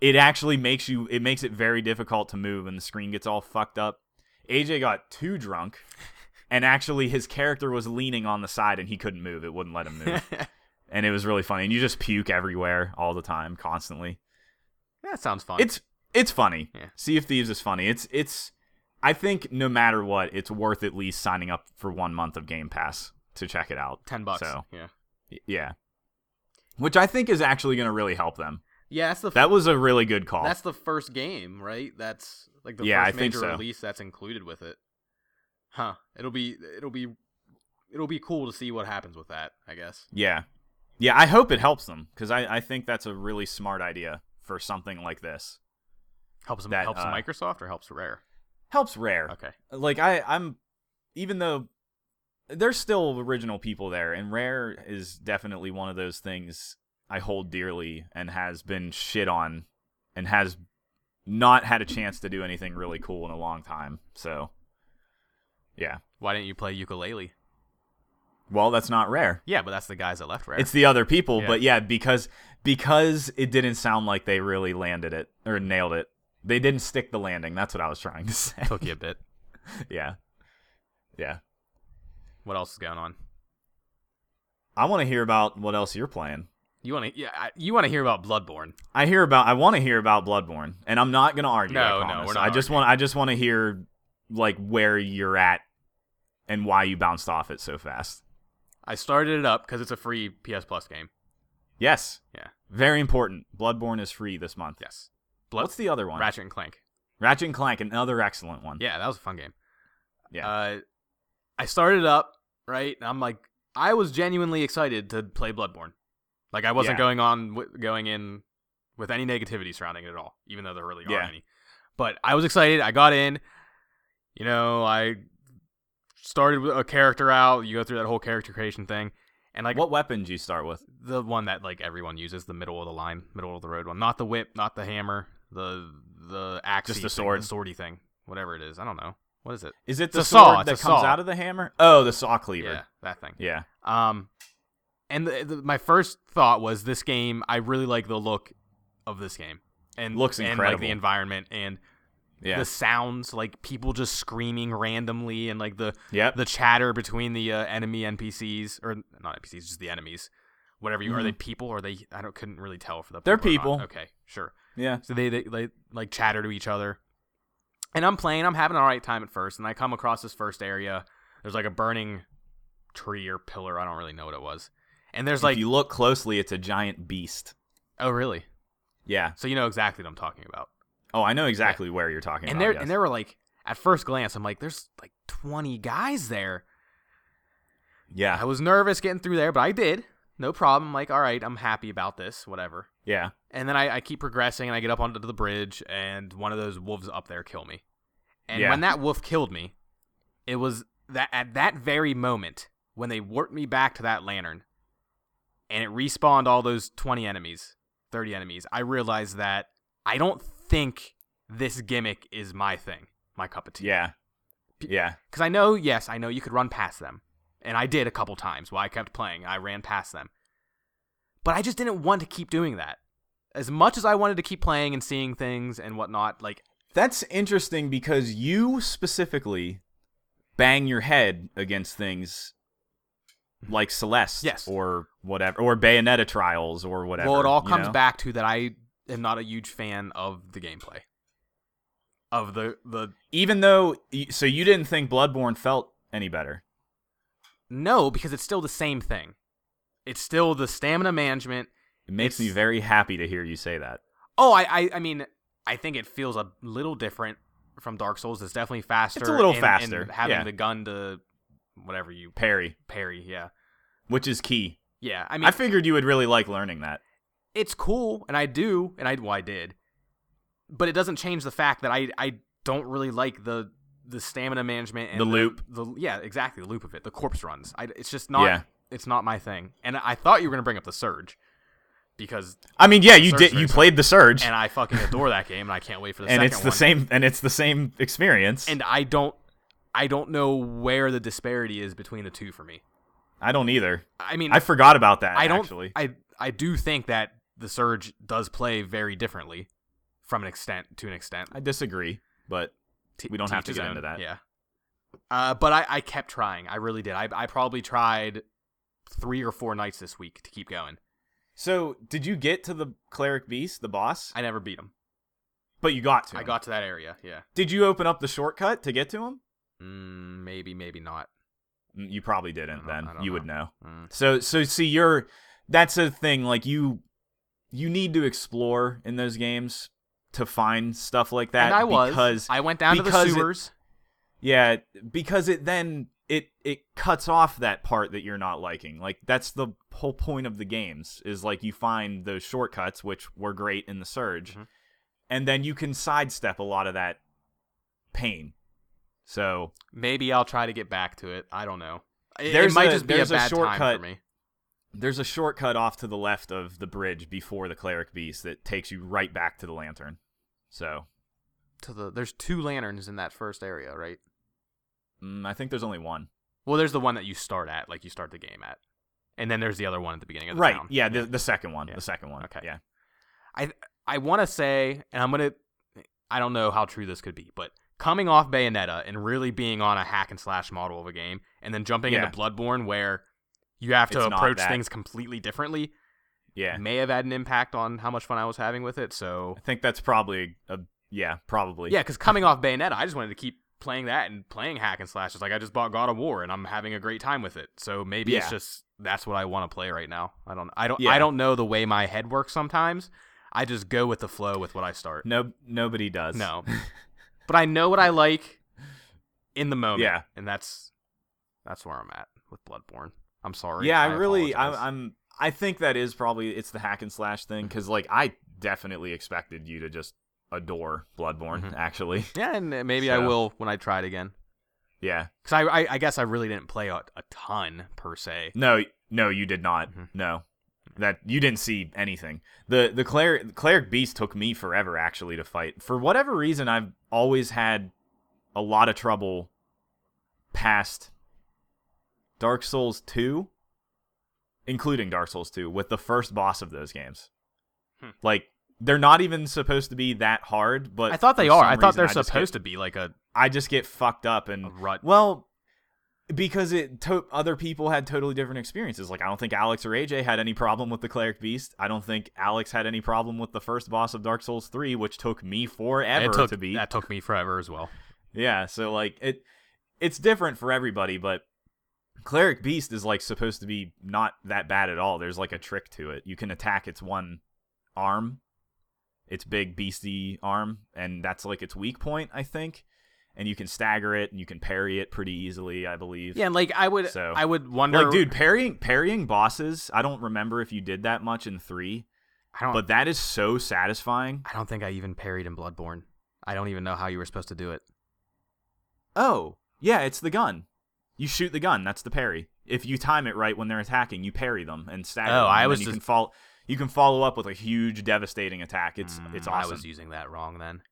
It actually makes you it makes it very difficult to move and the screen gets all fucked up. AJ got too drunk and actually his character was leaning on the side and he couldn't move. It wouldn't let him move. and it was really funny. And you just puke everywhere all the time, constantly.
that sounds fun.
It's it's funny.
Yeah.
Sea of Thieves is funny. It's it's I think no matter what, it's worth at least signing up for one month of Game Pass to check it out.
ten bucks.
so.
Yeah,
Y- Yeah. Which I think is actually going to really help them.
yeah. That's the
That was a really good call.
that's the first game, right? That's like the
Yeah, I
first
think
major
so.
release that's included with it. Huh? It'll be it'll be it'll be cool to see what happens with that. I guess.
yeah. Yeah, I hope it helps them because I, I think that's a really smart idea for something like this.
Helps
That,
helps
uh,
Microsoft or helps Rare.
Helps Rare.
Okay.
like I I'm even though there's still original people there and rare is definitely one of those things I hold dearly and has been shit on and has not had a chance to do anything really cool in a long time. So yeah.
Why didn't you play ukulele?
Well, that's not rare.
Yeah, but that's the guys that left Rare.
It's the other people,
Yeah.
but yeah, because because it didn't sound like they really landed it or nailed it. They didn't stick the landing. That's what I was trying to say.
took you a bit.
yeah. Yeah.
What else is going on?
I want to hear about what else you're playing.
You want to yeah, I- you want to hear about Bloodborne?
I hear about I want to hear about Bloodborne, and I'm not gonna argue.
No,
I
no,
promise.
we're not
I just want I just want to hear like where you're at and why you bounced off it so fast.
I started it up because it's a free PS Plus game.
Yes.
Yeah.
Very important. Bloodborne is free this month.
Yes,
What's the other one?
Ratchet and Clank.
Ratchet and Clank, another excellent one.
Yeah, that was a fun game.
Yeah.
Uh, I started it up right, and I'm like, I was genuinely excited to play Bloodborne. Like I wasn't
Yeah.
going on wi- going in with any negativity surrounding it at all, even though there really are
Yeah.
any. But I was excited. I got in. You know, I started with a character out. You go through that whole character creation thing, and like
what weapon do you start with?
the one that like everyone uses, the middle of the line, middle of the road one, not the whip, not the hammer, the the axe,
Just the
thing,
sword?
the swordy thing, whatever it is. I don't know what is it.
Is it
It's
the
a saw,
sword
it's
that
a
comes
saw.
out of the hammer? Oh, the saw
Yeah,
cleaver.
that thing.
Yeah.
Um, and the, the, my first thought was this game. I really like the look of this game, and
Looks
and like
incredible.
the environment and
Yeah.
the sounds, like people just screaming randomly, and like the
yep.
the chatter between the uh, enemy NPCs or not NPCs, just the enemies. Whatever you are they people or they? I don't couldn't really tell for the.
Mm-hmm. They're
or not.
people.
Okay, sure.
yeah.
So they, they they like chatter to each other. And I'm playing, I'm having an alright time at first, and I come across this first area. There's like a burning tree or pillar, I don't really know what it was. And there's like
if you look closely, it's a giant beast.
Oh really?
Yeah.
So you know exactly what I'm talking about.
Oh, I know exactly where you're talking
And
about.
there
yes.
and there were like at first glance, I'm like, there's like twenty guys there. I
yeah.
was nervous getting through there, but I did. No problem. I'm like, all right, I'm happy about this, whatever.
Yeah.
And then I, I keep progressing and I get up onto the bridge and one of those wolves up there kill me. And
Yeah.
when that wolf killed me, it was that at that very moment when they warped me back to that lantern and it respawned all those 20 enemies, 30 enemies. I realized that I don't think this gimmick is my thing, my cup of tea.
Yeah. Yeah.
Because I know, yes, I know you could run past them. And I did a couple times while I kept playing. I ran past them. But I just didn't want to keep doing that. As much as I wanted to keep playing and seeing things and whatnot, like,
That's interesting because you specifically bang your head against things like Celeste
Hmm. Yes.
or whatever or Bayonetta trials or whatever.
well, it all
you
comes
know?
back to that I am not a huge fan of the gameplay. Of the, the,
Even though y- so you didn't think Bloodborne felt any better.
no, because it's still the same thing. It's still the stamina management.
It makes me
It's-
very happy to hear you say that.
Oh, I, I, I mean, I think it feels a little different from Dark Souls. It's definitely faster.
It's a little
and- and
faster,
having
yeah.
the gun to whatever you
Parry,
parry, yeah,
which is key.
yeah. I
I,
mean,
figured you would really like learning that.
it's cool, and I do, and I well, I did, but it doesn't change the fact that I, I don't really like the the stamina management and
The loop.
The, yeah, exactly the loop of it. The corpse runs. I, it's just not.
Yeah.
It's not my thing. And I thought you were gonna bring up the surge, because
I mean, yeah, you
Surge
did.
Racer.
You played the Surge,
and
and,
I fucking adore that game, and I can't wait for the second
it's the
one.
same. And it's the same experience.
and I don't I don't know where the disparity is between the two for me.
I don't either.
I mean,
I forgot about that.
I don't
actually.
I I do think that the surge does play very differently from an extent to an extent.
I disagree, but
T-
we don't
to
have to
each
get
his
into that.
Yeah. Uh, but I, I kept trying. I really did. I, I probably tried three or four nights this week to keep going.
So, did you get to the cleric beast, the boss?
I never beat him.
but you got to.
I
him.
got to that area. Yeah.
Did you open up the shortcut to get to him?
Mm, maybe, maybe not.
Mm, You probably didn't.
don't-
Then
I don't
you would
know.
know.
Mm.
So, so see, you're that's a thing. Like you, you need to explore in those games to find stuff like that.
and I was.
because
I went down to the
because it-
sewers.
Yeah, because it then it it cuts off that part that you're not liking. Like that's the whole point of the games is like you find those shortcuts which were great in the surge
Mhm.
and then you can sidestep a lot of that pain. So,
Maybe I'll try to get back to it. I don't know. It, it
There's
might
a-
just be a
there's a
bad time
shortcut.
for me.
there's a shortcut off to the left of the bridge before the cleric beast that takes you right back to the lantern. So,
To the there's two lanterns in that first area, right?
mm, I think there's only one.
Well, there's the one that you start at, like you start the game at, and then there's the other one at the beginning of the
Right.
town.
Yeah, the, the second one.
Yeah.
The second one.
Okay.
Yeah.
I want to say, and I'm gonna, I don't know how true this could be, but coming off Bayonetta and really being on a hack and slash model of a game, and then jumping
Yeah.
into Bloodborne where you have to
It's not
approach
that.
things completely differently,
Yeah.
may have had an impact on how much fun I was having with it. So
I think that's probably a yeah, probably.
Yeah, because coming off Bayonetta, I just wanted to keep playing that and playing hack and slash. It's like I just bought God of War and I'm having a great time with it. So maybe
Yeah.
it's just that's what I want to play right now. I don't, I don't,
Yeah.
I don't know the way my head works sometimes. I just go with the flow with what I start.
No nobody does.
No, but I know what I like in the moment.
Yeah.
and that's that's where I'm at with Bloodborne. I'm sorry.
Yeah, I, really,
apologize. Mm-hmm.
I, I'm. I think that is probably it's the hack and slash thing because like I definitely expected you to just adore Bloodborne.
Mhm.
Actually,
yeah, and uh, maybe I
So.
will when I try it again.
yeah.
Because I, I, I guess I really didn't play a, a ton per se.
No, no, you did not.
Mhm.
No, that you didn't see anything. the The cleric, cleric beast took me forever actually to fight. For whatever reason, I've always had a lot of trouble past Dark Souls two, including Dark Souls two, with the first boss of those games.
Hmm.
Like they're not even supposed to be that hard, but
I thought they
for
are.
some
I thought
reason
they're
just
supposed
get-
to be like a,
I just get fucked up and
a rut.
well, because it to- other people had totally different experiences. Like I don't think Alex or AJ had any problem with the cleric beast. I don't think Alex had any problem with the first boss of Dark Souls 3, which took me forever
it took,
to beat.
That took me forever as well.
Yeah, so like it it's different for everybody, but cleric beast is like supposed to be not that bad at all. There's like a trick to it. You can attack its one arm, its big beastie arm, and that's like its weak point, I think. And you can stagger it and you can parry it pretty easily, I believe.
Yeah, and like I would,
So-
I would wonder,
Like dude, parrying parrying bosses, I don't remember if you did that much in 3,
I don't,
but that is so satisfying.
I don't think I even parried in Bloodborne. I don't even know how you were supposed to do it.
Oh, yeah, it's the gun. You shoot the gun. That's the parry. If you time it right when they're attacking, you parry them and stagger.
Oh,
them,
I
and
was
then you can
just-
fall. You can follow up with a huge, devastating attack. It's
Mm,
it's
I
awesome.
was using that wrong then.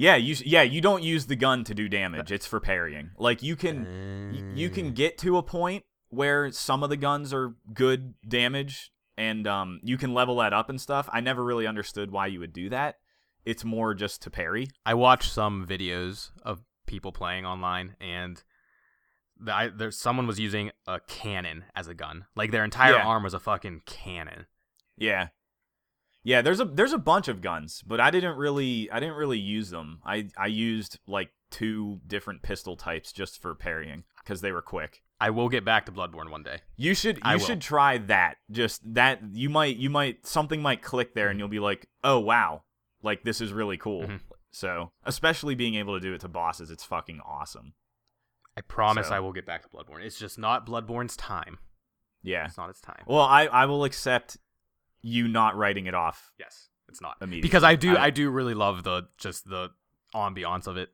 yeah, you s- yeah you don't use the gun to do damage. It's for parrying. Like you can y- you
Uh,
can get to a point where some of the guns are good damage, and um you can level that up and stuff. I never really understood why you would do that. It's more just to parry.
I watched some videos of people playing online, and the, I, there, someone was using a cannon as a gun. Like their entire
Yeah.
arm was a fucking cannon.
Yeah. Yeah, there's a there's a bunch of guns, but I didn't really I didn't really use them. I I used like two different pistol types just for parrying cuz they were quick.
I will get back to Bloodborne one day.
You should you
I will.
should
Mm-hmm.
try that. Just that you might you might something might click there and you'll be like, "Oh wow, Like this is really cool.
Mhm.
So, especially being able to do it to bosses, it's fucking awesome.
I promise
So-
I will get back to Bloodborne. It's just not Bloodborne's time.
Yeah.
It's not its time.
Well, I I will accept you not writing it off
yes, it's not.
immediately
Because I do
I-
I, do really love the just the ambiance of it.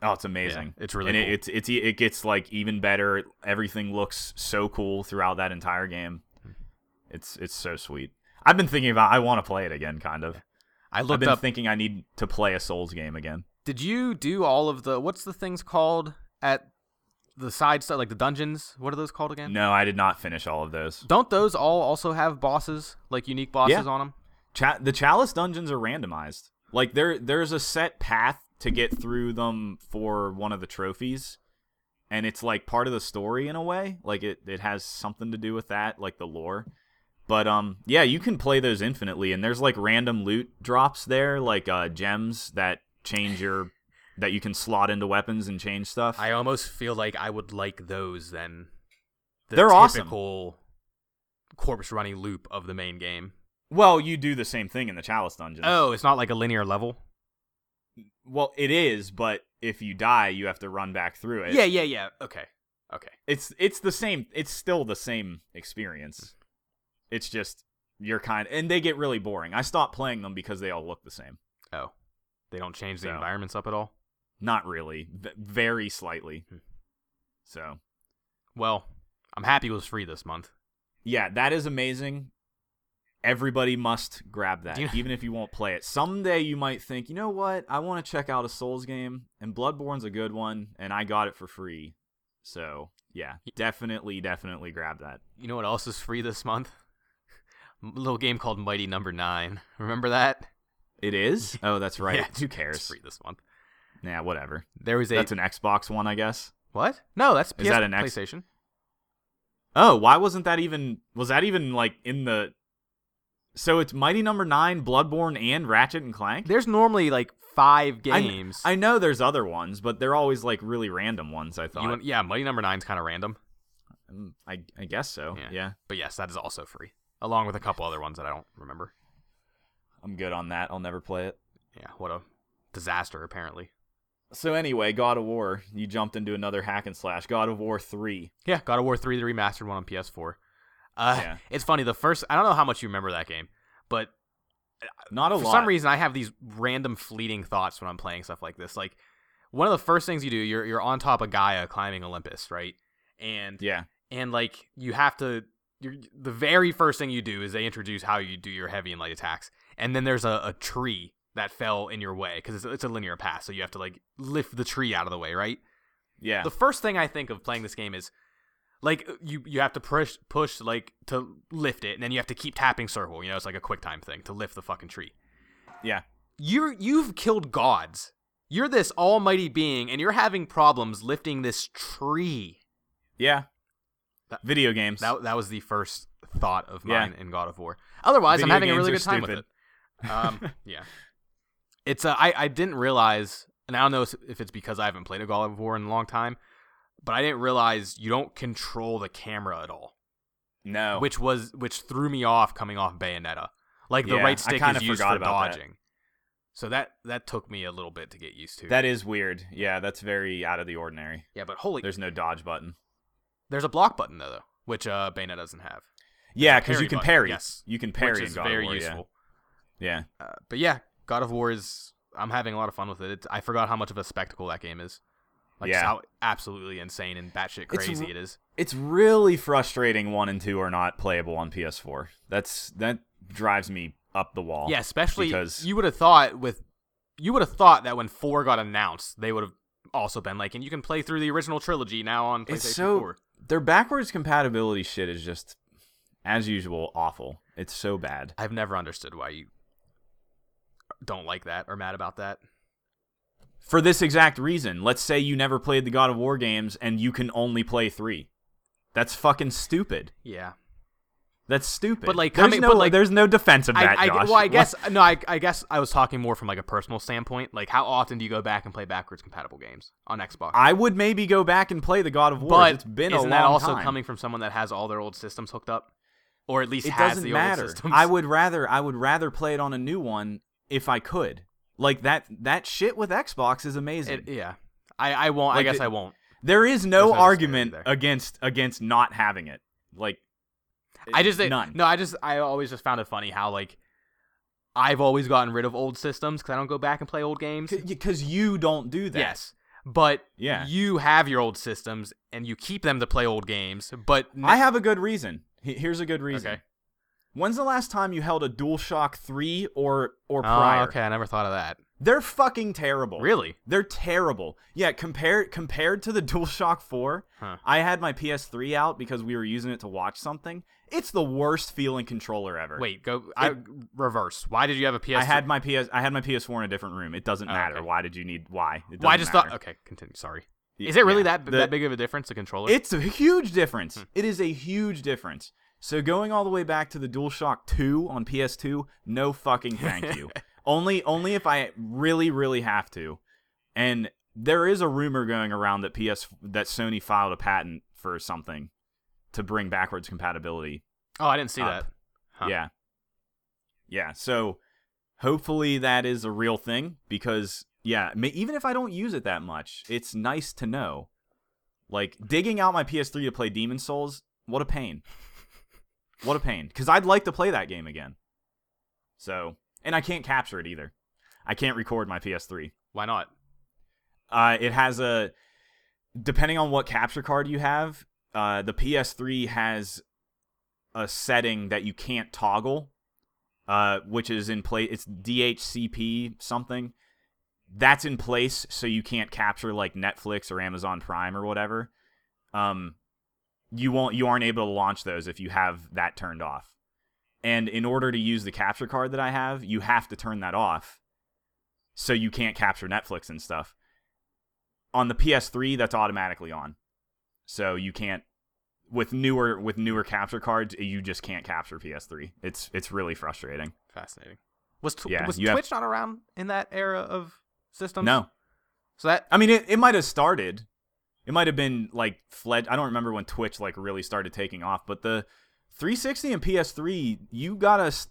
Oh, it's
Yeah,
amazing.
it's really
and
cool.
it, it's it's it gets like even better. Everything looks so cool throughout that entire game. It's it's so sweet. I've been thinking about I want to play it again kind of.
I
I've
looked
been
up
thinking I need to play a Souls game again.
Did you do all of the what's the things called at the side stuff like the dungeons? What are those called again?
No, I did not finish all of those.
Don't those all also have bosses like unique bosses
Yeah.
on them?
Cha- the Chalice dungeons are randomized. Like there there's a set path to get through them for one of the trophies. And it's like part of the story in a way. Like it, it has something to do with that, like the lore. But um yeah, you can play those infinitely and there's like random loot drops there, like uh gems that change your that you can slot into weapons and change stuff.
I almost feel like I would like those then. The
They're awesome.
typical corpse running loop of the main game.
well, you do the same thing in the Chalice dungeons.
Oh, it's not like a linear level.
Well, it is, but if you die, you have to run back through it.
Yeah, yeah, yeah. Okay, okay.
it's it's the same it's still the same experience it's just your kind and they get really boring i stopped playing them because they all look the same
Oh, they don't change the
So.
environments up at all.
not really v- very slightly
Hmm.
so
Well, I'm happy it was free this month.
yeah that is amazing everybody must grab that
Do you-
even if you won't play it someday you might think you know what i want to check out a souls game and bloodborne's a good one and i got it for free so yeah definitely definitely grab that
You know what else is free this month? M- little game called Mighty Number Nine. Remember that?
it is oh that's right
Yeah,
who
It's
cares
free this month.
yeah whatever
There was a
That's an Xbox one, I guess.
what? No, that's PS-
Is that an X-
PlayStation.
Oh, why wasn't that even? Was that even like in the? So it's Mighty Number Nine, Bloodborne, and Ratchet and Clank.
There's normally like five
I-
games.
I, know there's other ones, but they're always like really random ones. I
You
thought.
want- yeah, Mighty Number Nine's kind of random,
Mm, I I guess so. Yeah.
Yeah. but yes, that is also free, along with a couple other ones that I don't remember.
I'm good on that. I'll never play it.
Yeah, what a disaster apparently.
So anyway, God of War. You jumped into another hack and slash. God of War three.
Yeah, God of War Three, the remastered one on PS4. Uh,
Yeah.
It's funny. The first, I don't know how much you remember that game, but
Not a
for
lot.
some reason I have these random fleeting thoughts when I'm playing stuff like this. Like one of the first things you do, you're you're on top of Gaia climbing Olympus, right? And
Yeah.
and like you have to you're, the very first thing you do is they introduce how you do your heavy and light attacks and then there's a, a tree that fell in your way because it's, it's a linear path so you have to like lift the tree out of the way right
Yeah.
the first thing i think of playing this game is like you you have to push push like to lift it and then you have to keep tapping circle you know it's like a quick time thing to lift the fucking tree
yeah.
you're you've killed gods you're this almighty being and you're having problems lifting this tree
Yeah.
That-
Video games.
That that was the first thought of
Yeah.
mine in God of War. Otherwise,
Video
I'm having a
games
really
are
good time with
stupid.
it. Um, yeah, it's uh, I I didn't realize, and I don't know if it's because I haven't played a God of War in a long time, but I didn't realize you don't control the camera at all,
no.
which was which threw me off coming off Bayonetta. Like the
Yeah, I
right stick
kinda
is used
forgot
for
about that.
dodging, so that that took me a little bit to get used to.
that is weird. Yeah, that's very out of the ordinary.
yeah, but holy, there's,
There's no dodge button.
a block button though, though which uh, Bayonetta doesn't have,
Yeah, because
parry
you can
button,
parry.
yes.
You can parry
which
in
is
God of
very
War, yeah.
useful.
Yeah.
Uh, but yeah, God of War is. I'm having a lot of fun with it. It's, I forgot how much of a spectacle that game is. Like just
Yeah.
how absolutely insane and batshit
It's
crazy
r-
it is.
It's really frustrating one and two are not playable on PS4. That's that drives me up the wall.
Yeah, especially
because-
you would have thought with you would have thought that when four got announced, they would have also been like, and you can play through the original trilogy now on PlayStation
It's so-
4.
Their backwards compatibility shit is just as usual awful. It's so bad.
I've never understood why you don't like that or mad about that.
For this exact reason, let's say you never played the God of War games and you can only play 3. That's fucking stupid.
Yeah,
That's stupid.
But, like,
there's
coming-
no
but, like-
there's no defense of
I,
that,
I,
Josh.
well, I
What-
guess no, I, I guess I was talking more from like a personal standpoint. Like, how often do you go back and play backwards compatible games on Xbox?
I would maybe go back and play the God of War.
But
it's been
isn't
a long
that also
time.
coming from someone that has all their old systems hooked up, or at least
it
has
doesn't
the
matter.
old systems?
I would rather I would rather play it on a new one if I could. Like that that shit with Xbox is amazing.
It, yeah, I, I won't.
Like,
I guess
it-
I won't.
there is no
There's no
argument
disparity there.
against against not having it. Like
I just think-
none.
No, I just I always just found it funny how like I've always gotten rid of old systems because I don't go back and play old games.
because you don't do that.
Yes, but
Yeah.
you have your old systems and you keep them to play old games. But n-
I have a good reason. He- Here's a good reason.
Okay.
When's the last time you held a DualShock 3 or or
Oh,
prior?
okay, I never thought of that.
They're fucking terrible.
Really?
They're terrible. Yeah, compared compared to the DualShock 4,
Huh.
I had my PS3 out because we were using it to watch something. It's the worst feeling controller ever.
Wait, go I, reverse. Why did you have a PS?
I had my PS I had my PS4 in a different room. It doesn't
Oh,
matter.
okay.
Why did you need why? It
Well, I
doesn't
just
matter.
thought. Okay, continue. Sorry. Is it really
Yeah.
that
The-
that big of a difference? A controller?
It's a huge difference. It is a huge difference. So going all the way back to the DualShock 2 on PS2, no fucking thank you. only only if I really really have to. And there is a rumor going around that PS that Sony filed a patent for something to bring backwards compatibility.
oh, I didn't see
up.
that. Huh.
Yeah. Yeah, so hopefully that is a real thing because yeah, ma- even if I don't use it that much, it's nice to know. Like digging out my PS3 to play Demon Souls, what a pain. What a pain cuz I'd like to play that game again. So, and I can't capture it either. I can't record my PS3.
Why not?
Uh, it has a depending on what capture card you have. Uh, the PS3 has a setting that you can't toggle, uh, which is in place. It's DHCP something. That's in place, so you can't capture like Netflix or Amazon Prime or whatever. Um, you won't. You aren't able to launch those if you have that turned off. And in order to use the capture card that I have, you have to turn that off, so you can't capture Netflix and stuff on the PS3 that's automatically on. So you can't with newer with newer capture cards you just can't capture PS3. It's it's really frustrating.
Fascinating. Was tw-
Yeah,
was
you have-
Twitch not around in that era of systems?
No.
So that
I mean it, it might have started. It might have been like fled I don't remember when Twitch like really started taking off, but the 360 and PS3 you got to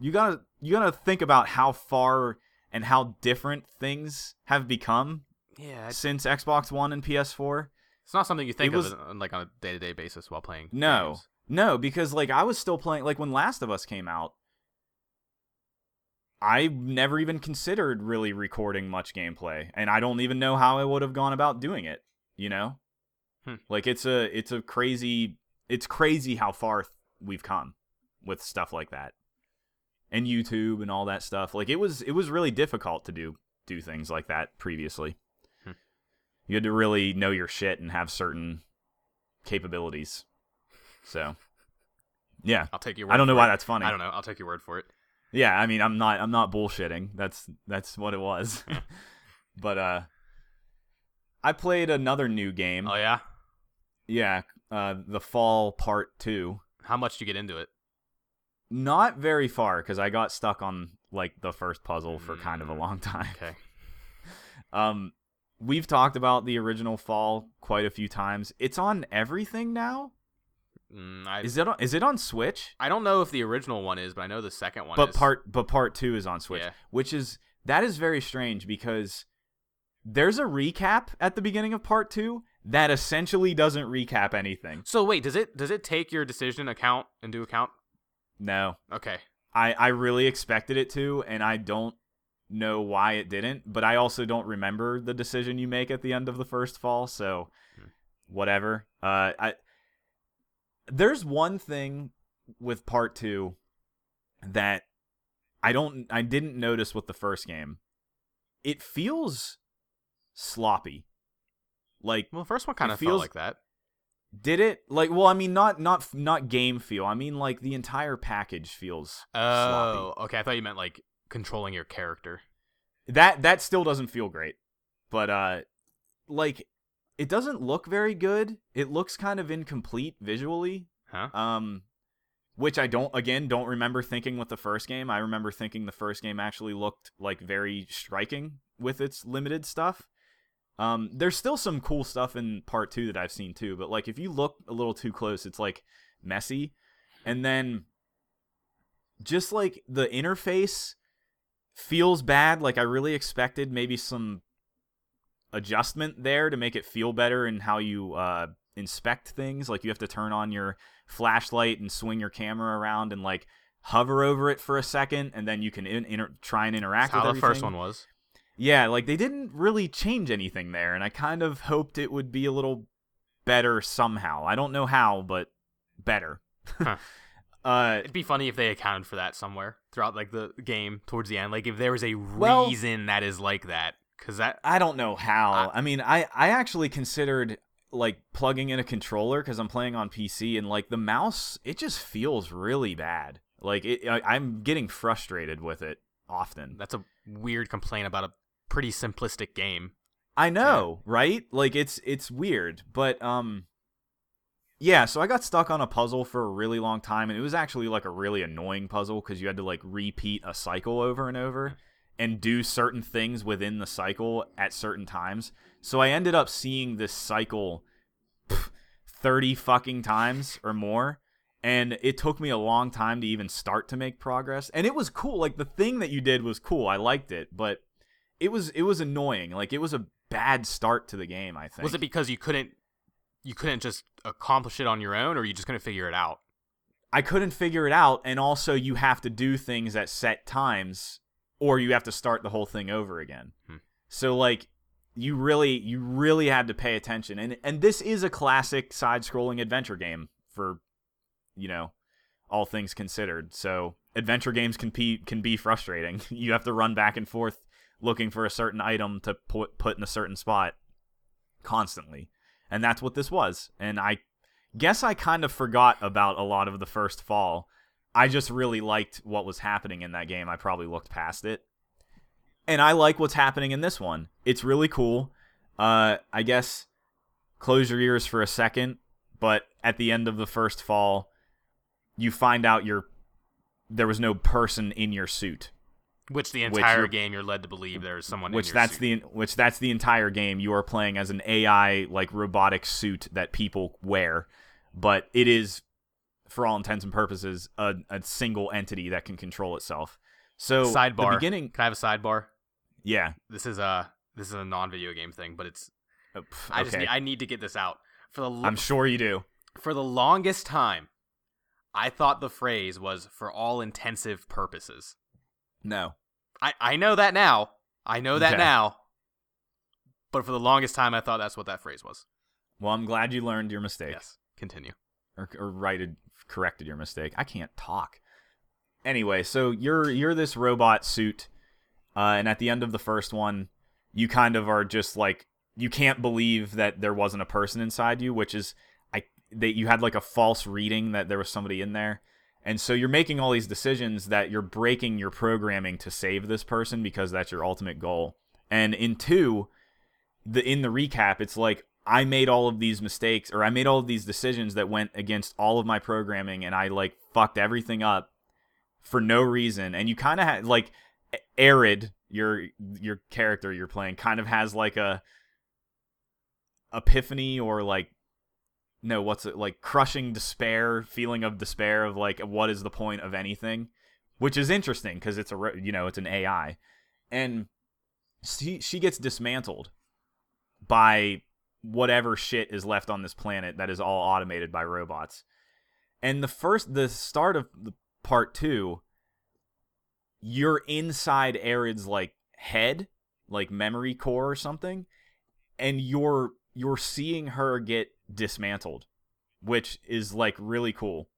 you got to you got to think about how far and how different things have become
yeah, it's
since Xbox 1 and PS4.
it's not something you think
It was-
of on- like on a day to day basis while playing.
No,
games.
no, because like I was still playing. Like when Last of Us came out, I never even considered really recording much gameplay, and I don't even know how I would have gone about doing it. You know,
Hmm.
like it's a it's a crazy it's crazy how far th- we've come with stuff like that, and YouTube and all that stuff. Like it was it was really difficult to do do things like that previously.
Hmm.
You had to really know your shit and have certain capabilities. So, yeah,
I'll take your. Word
I don't know
for
why
it.
that's funny.
I don't know. I'll take your word for it.
Yeah, I mean, I'm not, I'm not bullshitting. That's that's what it was. but uh, I played another new game.
Oh yeah.
yeah, uh, the Fall Part Two.
How much do you get into it?
Not very far because I got stuck on like the first puzzle for kind of a
Mm,
long time.
Okay.
Um, we've talked about the original Fall quite a few times. It's on everything now.
Mm, I
Is it on, is it on Switch?
I don't know if the original one is, but I know the second one.
but
is.
part but part two is on Switch,
Yeah.
which is that is very strange because there's a recap at the beginning of part two that essentially doesn't recap anything.
So wait, does it does it take your decision account into account?
No,
Okay.
I I really expected it to, and I don't know why it didn't, but I also don't remember the decision you make at the end of the first fall, so whatever. Uh, I there's one thing with part two that I don't I didn't notice with the first game. It feels sloppy. Like
Well, the first one kind
It
of
feels-
felt like that.
did it like well I mean not not not game feel. I mean like the entire package feels sloppy.
Oh, okay. I thought you meant like controlling your character.
that that still doesn't feel great but uh like it doesn't look very good it looks kind of incomplete visually
Huh?
um which i don't again don't remember thinking with the first game i remember thinking the first game actually looked like very striking with its limited stuff um there's still some cool stuff in part two that i've seen too but like if you look a little too close it's like messy and then just like the interface feels bad. Like I really expected maybe some adjustment there to make it feel better in how you uh, inspect things. Like you have to turn on your flashlight and swing your camera around and like hover over it for a second, and then you can in- inter- try and
That's
interact
how
with
the
everything.
first one was.
Yeah, like they didn't really change anything there, and I kind of hoped it would be a little better somehow. I don't know how, but better.
Huh.
uh,
It'd be funny if they accounted for that somewhere throughout like the game towards the end. Like if there was a
Well-
reason that is like that, because that
I don't know how.
I-
I, mean, I I actually considered like plugging in a controller because I'm playing on PC, and like the mouse, it just feels really bad. Like it, I, I'm getting frustrated with it often.
that's a weird complaint about a pretty simplistic game.
I know, right? Like it's it's weird, but um yeah, so I got stuck on a puzzle for a really long time and it was actually like a really annoying puzzle cuz you had to like repeat a cycle over and over and do certain things within the cycle at certain times. So I ended up seeing this cycle pff, 30 fucking times or more and it took me a long time to even start to make progress. And it was cool. Like the thing that you did was cool. I liked it, but it was it was annoying. Like it was a bad start to the game. I think
Was it because you couldn't you couldn't just accomplish it on your own, or you just couldn't figure it out?
I couldn't figure it out, and also you have to do things at set times, or you have to start the whole thing over again.
Hmm.
So like you really you really had to pay attention, and and this is a classic side-scrolling adventure game for you know all things considered. So adventure games can be can be frustrating. you have to run back and forth looking for a certain item to put put in a certain spot constantly. And that's what this was. And I guess I kind of forgot about a lot of the first fall. I just really liked what was happening in that game. I probably looked past it. And I like what's happening in this one. It's really cool. Uh, I guess close your ears for a second, but at the end of the first fall, you find out you're there was no person in your suit,
Which the
Which
entire
you're-
game you're led to believe there is someone.
which
in your
that's
suit.
the which that's the entire game. You are playing as an AI like robotic suit that people wear, but it is for all intents and purposes a, a single entity that can control itself. So
Sidebar.
the beginning,
Can I have a sidebar?
yeah.
This is a this is a non-video game thing, but it's
Uh, pff,
I just
okay.
need, I need to get this out for the
I'm sure you do.
for the longest time. I thought the phrase was for all intensive purposes.
No.
I, I know that now. I know that
Okay.
now. But for the longest time, I thought that's what that phrase was.
Well, I'm glad you learned your mistake
Yes. Continue.
or, or righted corrected your mistake. I can't talk. Anyway, so you're you're this robot suit, uh, and at the end of the first one, you kind of are just like you can't believe that there wasn't a person inside you, which is I that you had like a false reading that there was somebody in there. And so you're making all these decisions that you're breaking your programming to save this person because that's your ultimate goal. And in 2, the in the recap, it's like I made all of these mistakes or I made all of these decisions that went against all of my programming and I like fucked everything up for no reason. And you kind of had like Arid, your your character you're playing kind of has like a epiphany or like no, what's it like crushing despair, feeling of despair of like what is the point of anything, which is interesting because it's a ro- you know, it's an AI. And she she gets dismantled by whatever shit is left on this planet that is all automated by robots. And the first the start of the part 2 you're inside Arid's like head, like memory core or something, and you're you're seeing her get dismantled, which is like really cool.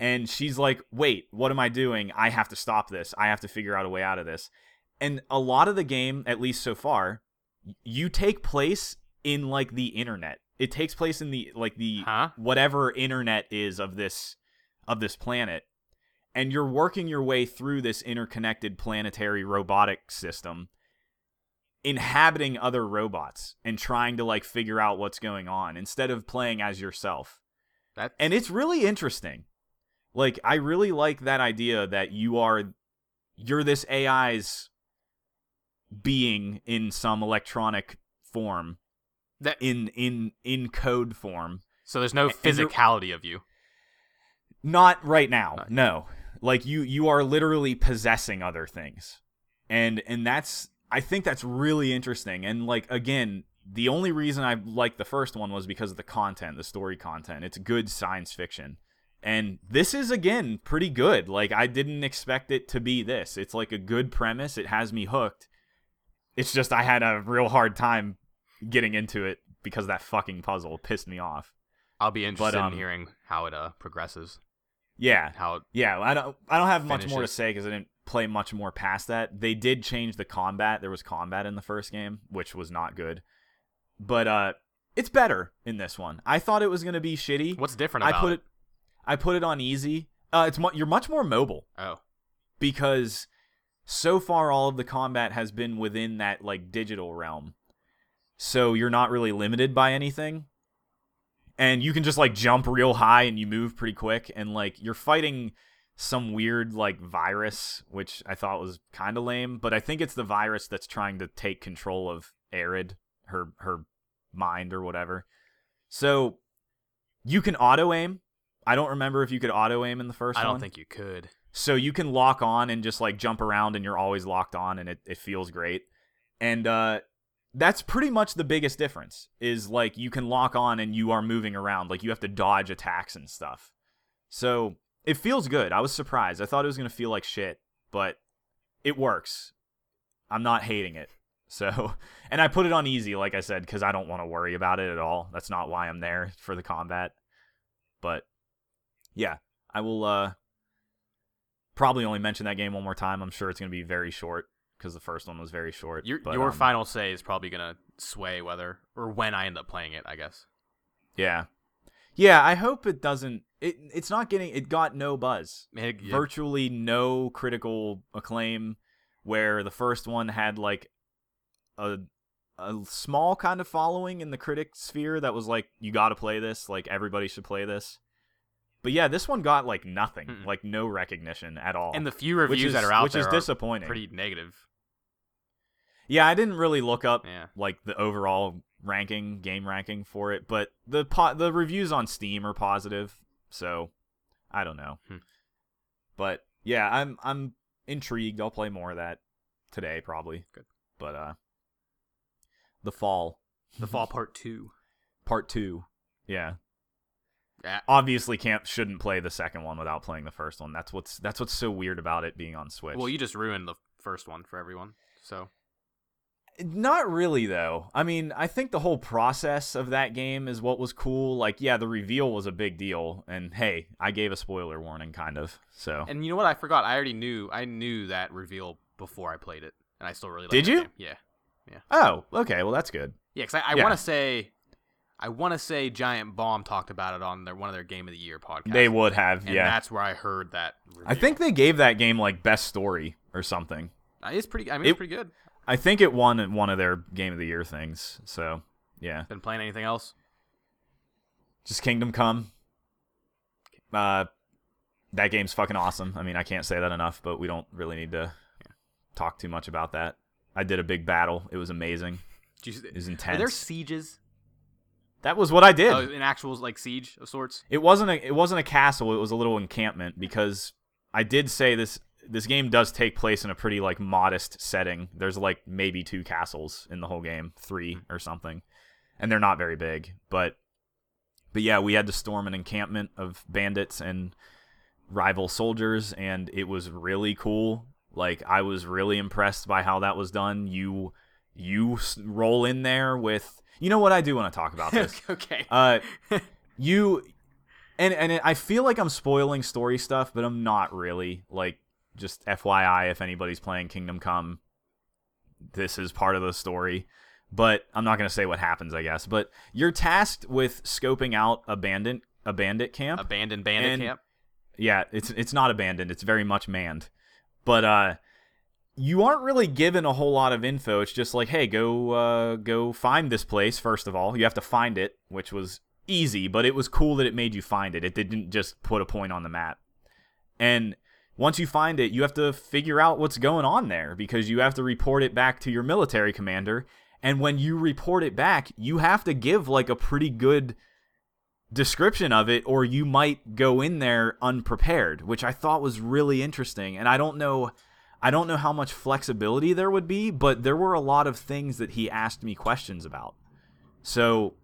And she's like, "Wait, what am I doing? I have to stop this. I have to figure out a way out of this." And a lot of the game, at least so far, you take place in like the internet. It takes place in the like the
Huh?
whatever internet is of this of this planet and you're working your way through this interconnected planetary robotic system inhabiting other robots and trying to like figure out what's going on instead of playing as yourself
That
and it's really interesting like i really like that idea that you are you're this ai's being in some electronic form
that
in in in code form
so there's no
and you're-
physicality of you.
Not right now.
Not-
No. Like you you are literally possessing other things. and and that's I think that's really interesting. And like again, the only reason I liked the first one was because of the content, the story content. It's good science fiction. And this is again pretty good. Like I didn't expect it to be this. It's like a good premise. It has me hooked. It's just I had a real hard time getting into it because that fucking puzzle pissed me off.
I'll be interested
um,
in hearing how it uh, progresses.
Yeah.
How it,
Yeah, I don't I don't have much more to
Finishes.
say cuz I didn't play much more past that. They did change the combat. There was combat in the first game, which was not good. But uh it's better in this one. I thought it was going to be shitty.
what's different
I
about
put it I put it on easy. Uh it's mu- you're much more mobile
Oh,
because so far all of the combat has been within that like digital realm. So you're not really limited by anything. And you can just like jump real high and you move pretty quick and like you're fighting some weird like virus which I thought was kind of lame, but I think it's the virus that's trying to take control of Arid, her her mind or whatever. So you can auto aim. I don't remember if you could auto aim in the first
I
one.
don't think you could.
So you can lock on and just like jump around and you're always locked on and it, it feels great. And uh that's pretty much the biggest difference is like you can lock on and you are moving around. Like you have to dodge attacks and stuff. So it feels good. I was surprised. I thought it was gonna feel like shit, but it works. I'm not hating it. So and I put it on easy, like I said, because I don't want to worry about it at all. That's not why I'm there for the combat. But yeah, I will uh probably only mention that game one more time. I'm sure it's going to be very short because the first one was very short.
Your
but,
your
um,
final say is probably gonna sway whether or when I end up playing it. I guess.
Yeah, yeah. I hope it doesn't. It it's not getting. It got no buzz.
It- yeah,
Virtually no critical acclaim. Where the first one had like a a small kind of following in the critic sphere that was like, you got to play this. Like everybody should play this. But yeah, this one got like nothing,
Mm-mm.
like no recognition at all.
and the few reviews
which is,
that are out
which
there
is
are
disappointing.
pretty negative.
Yeah, I didn't really look up
Yeah.
like the overall ranking, game ranking for it, but the po- the reviews on Steam are positive, so I don't know.
Hmm.
But yeah, I'm I'm intrigued. I'll play more of that today probably.
Good.
But uh The Fall
The Fall Part Two.
Part 2. Yeah.
Yeah.
Obviously can't shouldn't play the second one without playing the first one. That's what's that's what's so weird about it being on Switch.
Well, you just ruined the first one for everyone. So
Not really, though. I mean, I think the whole process of that game is what was cool. Like, yeah, the reveal was a big deal, and hey, I gave a spoiler warning, kind of. So,
and you know what? I forgot. I already knew. I knew that reveal before I played it, and I still really liked
Did
that
you?
game. Yeah.
oh, okay, well, that's good.
Yeah, because I, I
Yeah.
want to say, I want to say Giant Bomb talked about it on their one of their Game of the Year podcasts.
They would have,
and
yeah.
that's where I heard that.
I think they gave that game like best story or something.
review. Uh, it's pretty. I mean, it's
It-
pretty good.
I think it won at one of their game of the year things. So, yeah,
Been playing anything else?
just Kingdom Come. Uh, that game's fucking awesome. I mean, I can't say that enough, but we don't really need to talk too much about that. I did a big battle. It was amazing.
Did you,
It was
are
intense.
there sieges?
That was what I did.
Oh, an actual like siege of sorts.
it wasn't a it wasn't a castle. It was a little encampment because I did say this this game does take place in a pretty like modest setting. There's like maybe two castles in the whole game, three or something, and they're not very big. But but yeah, we had to storm an encampment of bandits and rival soldiers, and it was really cool. Like I was really impressed by how that was done. You you s- roll in there with you know what I do want to talk about this.
okay.
Uh, you and and I feel like I'm spoiling story stuff, but I'm not really. Like, just FYI, if anybody's playing Kingdom Come, this is part of the story. But I'm not gonna say what happens, I guess. But you're tasked with scoping out a bandit a bandit camp.
Abandoned bandit
and-
camp.
Yeah, it's it's not abandoned. It's very much manned. But uh you aren't really given a whole lot of info. It's just like, hey, go uh go find this place first of all. You have to find it, which was easy, but it was cool that it made you find it. It didn't just put a point on the map. And once you find it, you have to figure out what's going on there because you have to report it back to your military commander. And when you report it back, you have to give like a pretty good description of it, or you might go in there unprepared, which I thought was really interesting. And I don't know, I don't know how much flexibility there would be, but there were a lot of things that he asked me questions about. So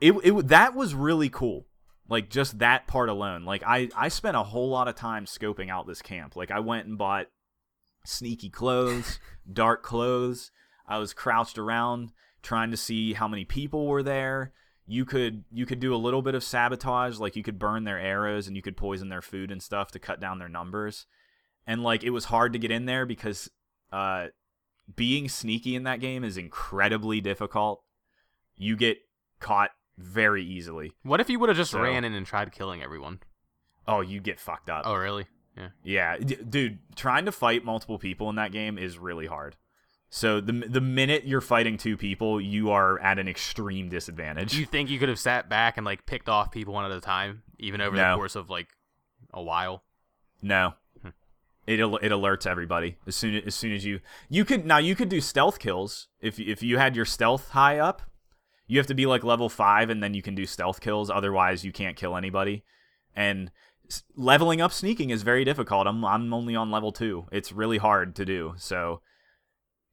it, it that was really cool. Like just that part alone. Like I I spent a whole lot of time scoping out this camp. Like I went and bought sneaky clothes, dark clothes. I was crouched around trying to see how many people were there. You could you could do a little bit of sabotage, like you could burn their arrows and you could poison their food and stuff to cut down their numbers. And like it was hard to get in there because uh being sneaky in that game is incredibly difficult. You get caught very easily.
What if you would have just
So-
ran in and tried killing everyone?
Oh, you get fucked up.
Oh, really?
Yeah, d- dude, trying to fight multiple people in that game is really hard. So the the minute you're fighting two people, you are at an extreme disadvantage.
Do you think you could have sat back and like picked off people one at a time, even over
No.
the course of like a while?
No.
Hmm.
It al- it alerts everybody as soon as soon as you you could now you could do stealth kills if if you had your stealth high up. You have to be like level 5 and then you can do stealth kills otherwise you can't kill anybody. And s- leveling up sneaking is very difficult. I'm I'm only on level 2. It's really hard to do. So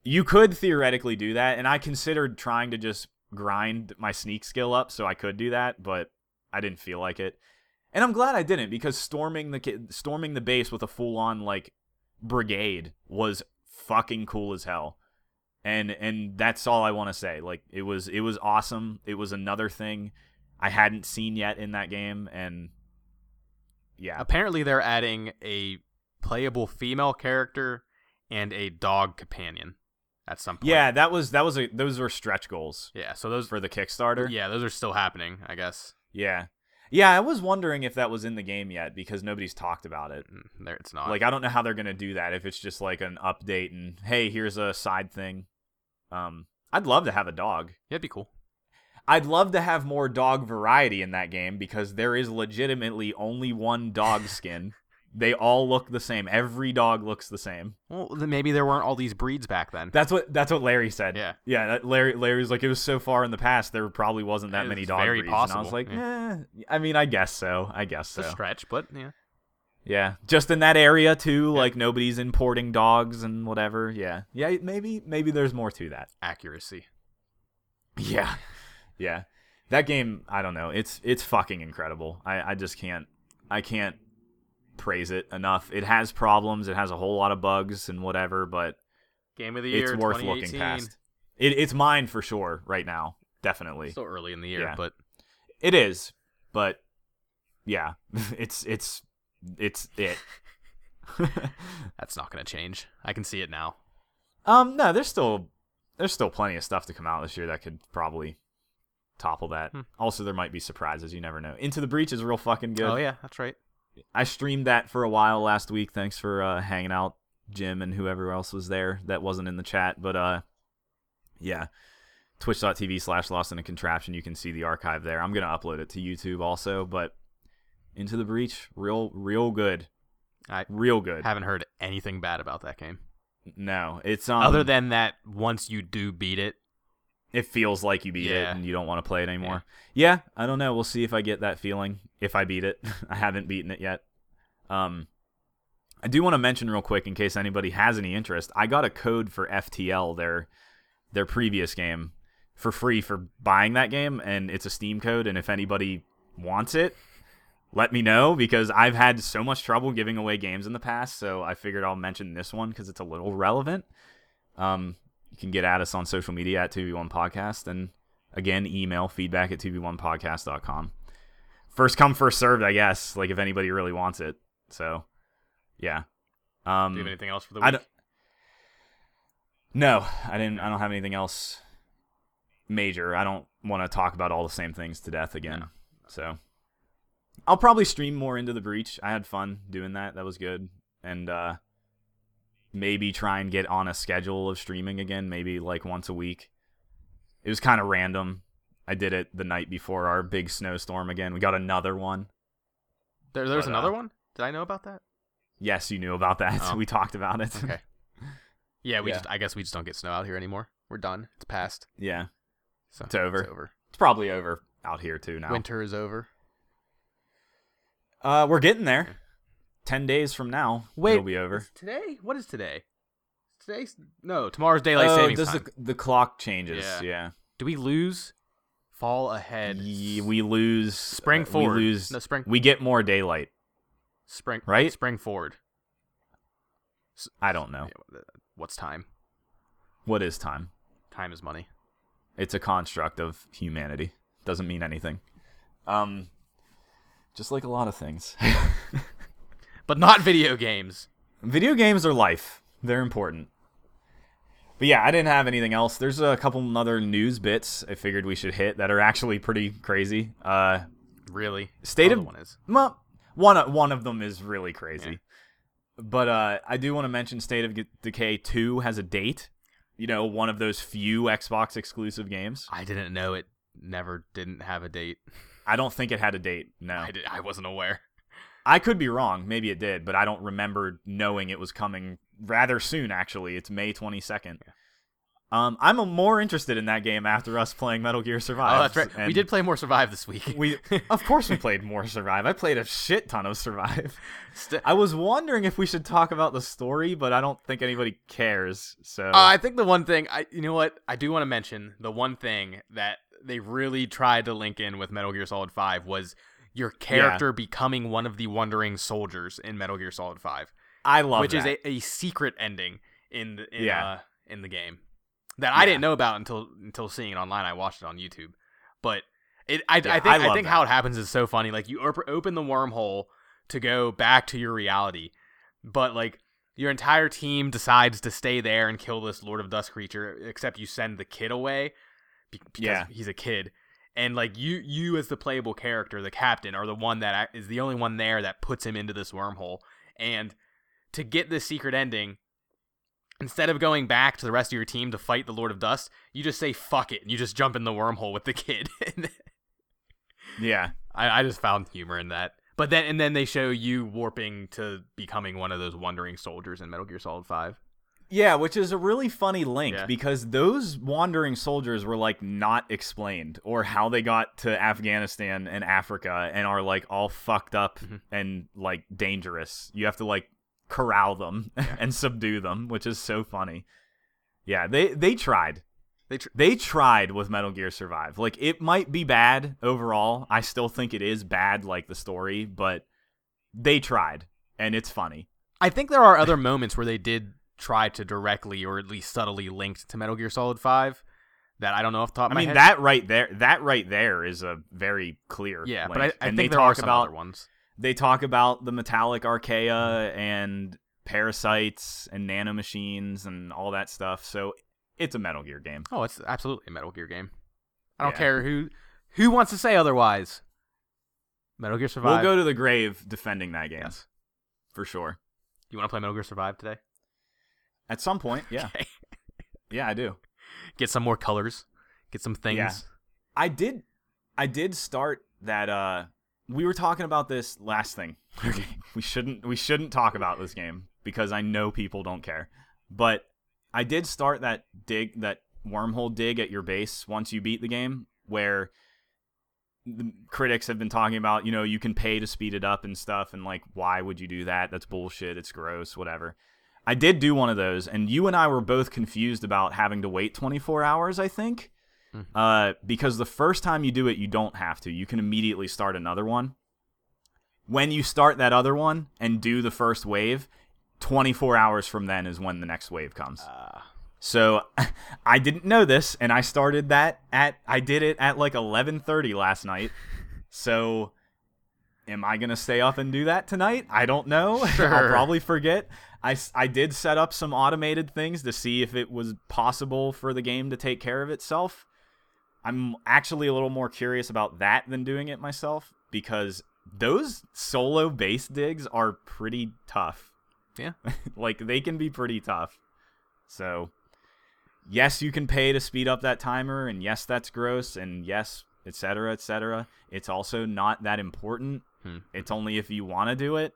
you could theoretically do that and I considered trying to just grind my sneak skill up so I could do that, but I didn't feel like it. And I'm glad I didn't because storming the ki- storming the base with a full on like brigade was fucking cool as hell. And and that's all I want to say. Like it was it was awesome. It was another thing I hadn't seen yet in that game and yeah.
Apparently, they're adding a playable female character and a dog companion at some point.
Yeah, that was that was a those were stretch goals
yeah. So those,
for the Kickstarter.
yeah, those are still happening, I guess.
Yeah. Yeah, I was wondering if that was in the game yet because nobody's talked about it.
Mm, There, it's not.
like I don't know how they're gonna do that if it's just like an update and hey, here's a side thing. Um, I'd love to have a dog.
yeah, it'd be cool.
I'd love to have more dog variety in that game because there is legitimately only one dog skin. they all look the same. Every dog looks the same.
Well, then maybe there weren't all these breeds back then.
That's what that's what Larry said.
yeah.
Yeah, that Larry Larry's like it was so far in the past there probably wasn't that
It
many
was
dog
very
breeds. And I
possible,
was like, eh, I mean, I guess so. I guess
It's a
so.
stretch, but yeah.
Yeah, just in that area too. Like nobody's importing dogs and whatever. Yeah, yeah. Maybe maybe there's more to that.
Accuracy.
Yeah, yeah. That game, I don't know. It's it's fucking incredible. I I just can't I can't praise it enough. It has problems. It has a whole lot of bugs and whatever, but
Game of the year.
it's worth looking
2018.
past. It it's mine for sure right now. Definitely,
Still early in the year,
Yeah.
but
it is. But yeah, it's it's it's it.
that's not going to change. I can see it now.
Um, no, there's still there's still plenty of stuff to come out this year that could probably topple that.
Hmm.
Also, there might be surprises. You never know. Into the Breach is real fucking good.
Oh yeah, that's right.
I streamed that for a while last week. Thanks for uh, hanging out, Jim, and whoever else was there that wasn't in the chat. But uh, yeah, twitch.tv slash lost in a contraption. You can see the archive there. I'm going to upload it to YouTube also. But Into the Breach, real, real good.
I-
real good.
Haven't heard anything bad about that game.
no, it's um,
Other than that, once you do beat it,
it feels like you beat
Yeah.
it and you don't want to play it anymore. Yeah. I don't know. We'll see if I get that feeling if I beat it. I haven't beaten it yet. Um, I do want to mention real quick in case anybody has any interest. I got a code for FTL their their previous game for free for buying that game, and it's a Steam code. And if anybody wants it, let me know because I've had so much trouble giving away games in the past. So I figured I'll mention this one because it's a little relevant. Um, you can get at us on social media at 2v1 podcast and again email feedback at 2v1podcast.com first come first served i guess like if anybody really wants it so yeah um
do you have anything else for the week?
I don't- no i didn't i don't have anything else major i don't want to talk about all the same things to death again
No.
so i'll probably stream more into the breach i had fun doing that that was good and uh maybe try and get on a schedule of streaming again, maybe like once a week. It was kind of random. I did it the night before our big snowstorm again. We got another one.
There, there's
But, uh,
another one. Did I know about that?
Yes, you knew about that.
Oh.
We talked about it.
Okay. Yeah, we
Yeah.
just. I guess we just don't get snow out here anymore. We're done. It's past.
yeah.
So
It's over.
It's over.
It's probably over out here too now.
Winter is over.
Uh, we're getting there. ten days from now,
Wait,
it'll be over.
is today? What is today? Today's no. Tomorrow's daylight
Oh,
savings
does
time.
the the clock changes?
Yeah.
Yeah,
Do we lose? Fall ahead.
Ye- we lose
Spring
uh,
forward.
We lose.
No, spring.
We get more daylight.
spring.
right?
Spring forward.
I don't know
Yeah, wha- What's time?
what is time.
Time is money.
It's a construct of humanity. Doesn't mean anything. Um, just like a lot of things.
But not video games.
Video games are life. They're important. But yeah, I didn't have anything else. There's a couple other news bits I figured we should hit that are actually pretty crazy. Uh,
Really.
State
Other
of-
one is.
well, one o- one of them is really crazy. But uh, I do want to mention State of G- Decay 2 has a date. You know, one of those few Xbox exclusive games.
I didn't know it. Never didn't have a date.
I don't think it had a date. No,
I did. I wasn't aware.
I could be wrong. Maybe it did, but I don't remember knowing it was coming rather soon. Actually, it's May twenty second. Um, I'm more interested in that game after us playing Metal Gear Survive.
Oh, that's right. We
Uh, and
did play more Survive this week.
We of course we played more Survive. I played a shit ton of Survive.
St-
I was wondering if we should talk about the story, but I don't think anybody cares. So
Uh, I think the one thing I, you know what, I do want to mention the one thing that they really tried to link in with Metal Gear Solid Five was your character becoming one of the wandering soldiers in Metal Gear Solid Five,
I love
which is
that.
a, a secret ending in the in,
Yeah.
uh, in the game that I
Yeah.
didn't know about until until seeing it online. I watched it on YouTube, but it I,
Yeah,
I think
I
I,
love
think how it happens is so funny. Like you op- open the wormhole to go back to your reality, but like your entire team decides to stay there and kill this Lord of Dust creature, except you send the kid away be- because
Yeah.
he's a kid. And like you, you as the playable character, the captain, are the one that ac- is the only one there that puts him into this wormhole. And to get this secret ending, instead of going back to the rest of your team to fight the Lord of Dust, you just say "fuck it" and you just jump in the wormhole with the kid. And
yeah.
I, I just found humor in that. But then and then they show you warping to becoming one of those wandering soldiers in Metal Gear Solid Five.
Yeah, which is a really funny link
Yeah.
because those wandering soldiers were like not explained or how they got to Afghanistan and Africa and are like all fucked up
Mhm.
and like dangerous. You have to like corral them and subdue them, which is so funny. Yeah, they they tried.
They tr-
They tried with Metal Gear Survive. Like it might be bad overall. I still think it is bad like the story, but they tried and it's funny.
I think there are other moments where they did try to directly or at least subtly linked to Metal Gear Solid Five that I don't know off the top
I
of my
mean
head.
that right there. That right there is a very clear.
yeah,
link.
but I, I
and
think
they
there are
talk
some
about
other ones.
they talk about the metallic archaea
Mm-hmm.
and parasites and nanomachines and all that stuff. So it's a Metal Gear game.
Oh, it's absolutely a Metal Gear game. I don't
Yeah.
care who who wants to say otherwise. Metal Gear Survive.
We'll go to the grave defending that game
yes.
for sure.
You want to play Metal Gear Survive today?
At some point, yeah,
Okay.
yeah, I do.
Get some more colors. Get some things.
Yeah. I did I did start that uh we were talking about this last thing. Okay. We shouldn't we shouldn't talk about this game because I know people don't care. But I did start that dig that wormhole dig at your base once you beat the game where the critics have been talking about, you know, you can pay to speed it up and stuff and like why would you do that? That's bullshit. It's gross, whatever. I did do one of those and you and I were both confused about having to wait 24 hours, I think uh, because the first time you do it, you don't have to. You can immediately start another one. When you start that other one and do the first wave, 24 hours from then is when the next wave comes.
Uh,
So I didn't know this, and I started that at I did it at like 11:30 last night. So am I gonna stay up and do that tonight? I don't know. I'll
Sure.
probably forget. I, s- I did set up some automated things to see if it was possible for the game to take care of itself. I'm actually a little more curious about that than doing it myself because those solo base digs are pretty tough.
Yeah.
like they can be pretty tough. So, yes, you can pay to speed up that timer, and yes, that's gross, and yes, etc., etc. It's also not that important.
Hmm.
It's only if you want to do it,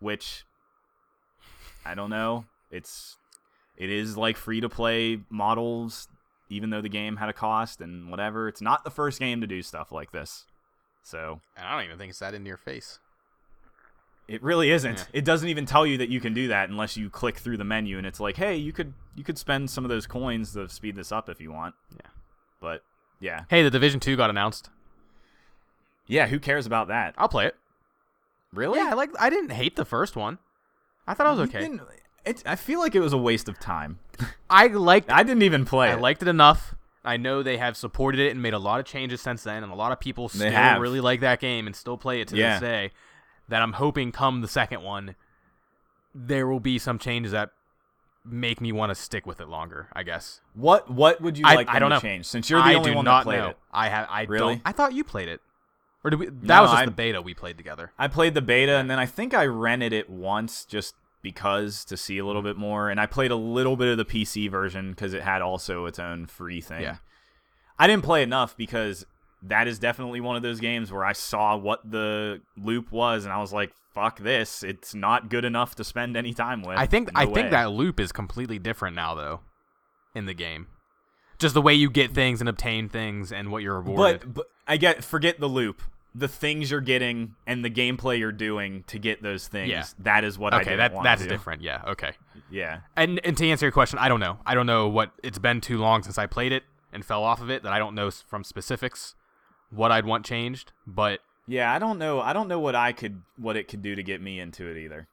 which I don't know. It's it is like free to play models, even though the game had a cost and whatever. It's not the first game to do stuff like this, so
and I don't even think it's that into your face.
It really isn't.
Yeah.
It doesn't even tell you that you can do that unless you click through the menu and it's like, hey, you could you could spend some of those coins to speed this up if you want.
Yeah.
But yeah,
Hey, the Division Two got announced.
yeah. Who cares about that?
I'll play it.
Really?
Yeah, I like. I didn't hate the first one. I thought it was okay.
You didn't- It, I feel like it was a waste of time.
I liked.
I didn't even play.
I
it.
liked it enough. I know they have supported it and made a lot of changes since then, and a lot of people still
have.
really like that game and still play it to
Yeah.
this day. That I'm hoping come the second one, there will be some changes that make me want to stick with it longer. I guess.
What What would you
I-
like
I
them
don't
to
know.
change? Since you're the
I
only
do
one
not
that played
know.
it.
I have. I
Really?
don't. I thought you played it, or did we? That
No,
was just
I-
the beta we played together.
I played the beta and then I think I rented it once just because to see a little
Mm.
bit more and I played a little bit of the PC version cuz it had also its own free thing.
Yeah.
I didn't play enough because that is definitely one of those games where I saw what the loop was and I was like fuck this, it's not good enough to spend any time with.
I think
No
I
way.
think that loop is completely different now though in the game. Just the way you get things and obtain things and what you're rewarded.
but, but I get forget the loop. The things you're getting and the gameplay you're doing to get those things.
Yeah.
That is what I
okay,
didn't
that
want
that's
to do.
different. Yeah, okay.
Yeah.
And and to answer your question, I don't know. I don't know what it's been too long since I played it and fell off of it that I don't know s- from specifics what I'd want changed, but
Yeah, I don't know. I don't know what I could what it could do to get me into it either.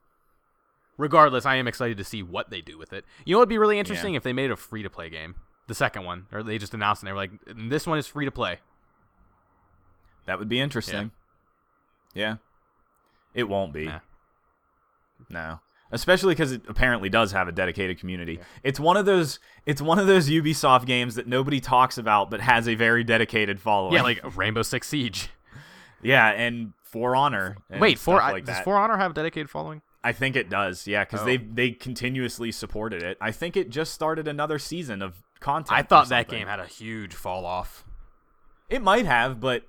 regardless, I am excited to see what they do with it. You know, it'd be really interesting if they made it a free to play game. The second one, or they just announced and they were like, "Mm, "This one is free to play."
That would be interesting. Yeah. It won't be.
Nah.
No. Especially cuz it apparently does have a dedicated community. It's one of those it's one of those Ubisoft games that nobody talks about but has a very dedicated following.
Yeah, like Rainbow Six Siege.
Yeah, and For Honor. and
Wait,
stuff
for
like
does
that.
For Honor have a dedicated following?
I think it does. Yeah, cuz
Oh.
they they continuously supported it. I think it just started another season of content.
I
or
thought that
something.
game had a huge fall off.
It might have, but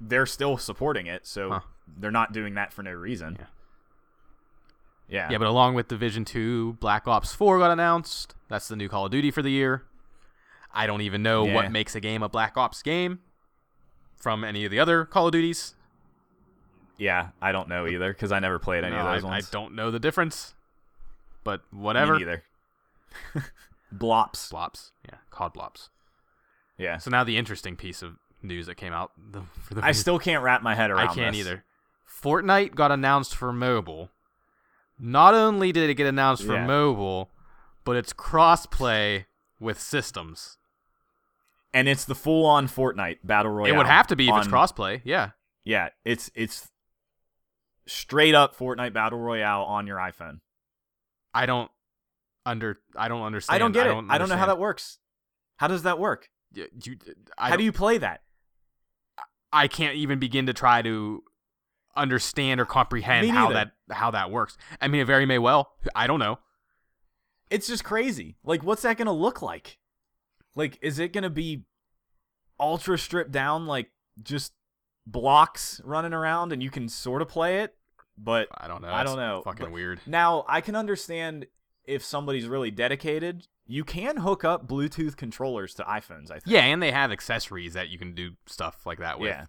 they're still supporting it, so
Huh.
they're not doing that for no reason.
Yeah.
Yeah.
Yeah, but along with Division 2, Black Ops 4 got announced. That's the new Call of Duty for the year. I don't even know
Yeah.
what makes a game a Black Ops game from any of the other Call of Duties.
Yeah, I don't know either because I never played any
No,
of those
I,
ones.
I don't know the difference. But
Me
whatever.
neither. Blops.
Blops. Yeah, COD Blops.
Yeah.
So now the interesting piece of news that came out the, for the
I still can't wrap my head
I
around.
can't
this.
either. Fortnite got announced for mobile. Not only did it get announced for
Yeah.
mobile, but it's crossplay with systems.
And it's the full-on Fortnite battle royale.
it would have to be if it's
on-
crossplay. Yeah.
Yeah, it's it's straight up Fortnite battle royale on your iPhone.
I don't under I don't understand.
I don't get it. I don't know how that
understand.
works. How does that work?
Y- you I
how do you play that?
I can't even begin to try to understand or comprehend
Me
how
neither.
that how that works. I mean, it very may well. I don't know.
it's just crazy. Like, what's that gonna look like? Like, is it gonna be ultra stripped down, like just blocks running around, and you can sort of play it? But
I don't know.
I
It's
don't know,
Fucking
but-
weird.
now I can understand if somebody's really dedicated. You can hook up Bluetooth controllers to iPhones. I think.
Yeah, and they have accessories that you can do stuff like that with.
Yeah.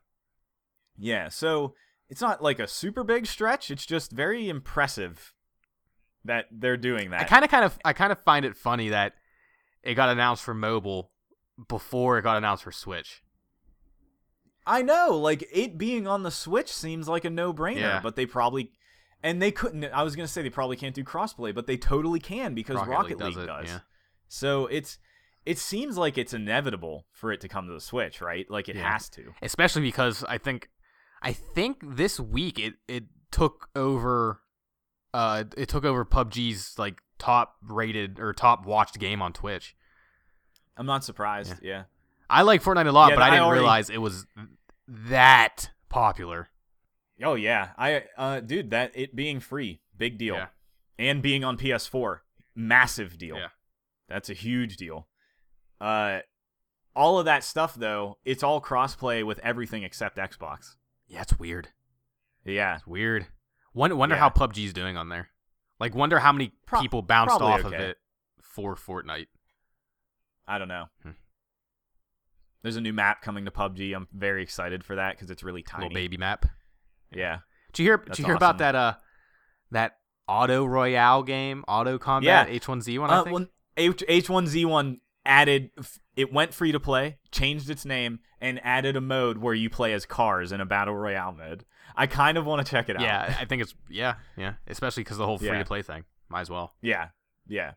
Yeah. So it's not like a super big stretch. It's just very impressive that they're doing that.
I kind of, kind of, I kind of find it funny that it got announced for mobile before it got announced for Switch.
I know, like it being on the Switch seems like a no-brainer,
Yeah.
but they probably and they couldn't. I was gonna say they probably can't do crossplay, but they totally can because Rocket, League, does.
yeah.
So it's it seems like it's inevitable for it to come to the Switch, right? Like it
Yeah.
has to.
Especially because I think, I think this week it it took over, uh, it took over PUBG's like top rated or top watched game on Twitch.
I'm not surprised. Yeah.
I like Fortnite a lot,
Yeah,
but I
I
didn't
already-
realize it was that popular.
Oh yeah. I uh dude, that it being free, big deal.
Yeah.
And being on PS4, massive deal.
Yeah.
That's a huge deal. Uh all of that stuff though, it's all crossplay with everything except Xbox.
Yeah, it's weird.
Yeah.
It's weird. Wonder, wonder
Yeah.
how PUBG's doing on there. Like, wonder how many
Pro-
people bounced
probably
off of
okay.
it for Fortnite.
I don't know.
Hmm.
There's a new map coming to PUBG. I'm very excited for that because it's really tiny.
Little baby map.
Yeah.
Did you hear?
That's
did you hear
awesome.
about that? Uh, that Auto Royale game, Auto Combat
Yeah.
H1Z1, I
Uh,
think.
well, H- H1Z1 added f- it went free to play, changed its name, and added a mode where you play as cars in a battle royale mode. I kind of want to check it out.
yeah, I think it's yeah, yeah, especially cuz the whole free
Yeah.
to play thing. Might as well.
yeah, yeah,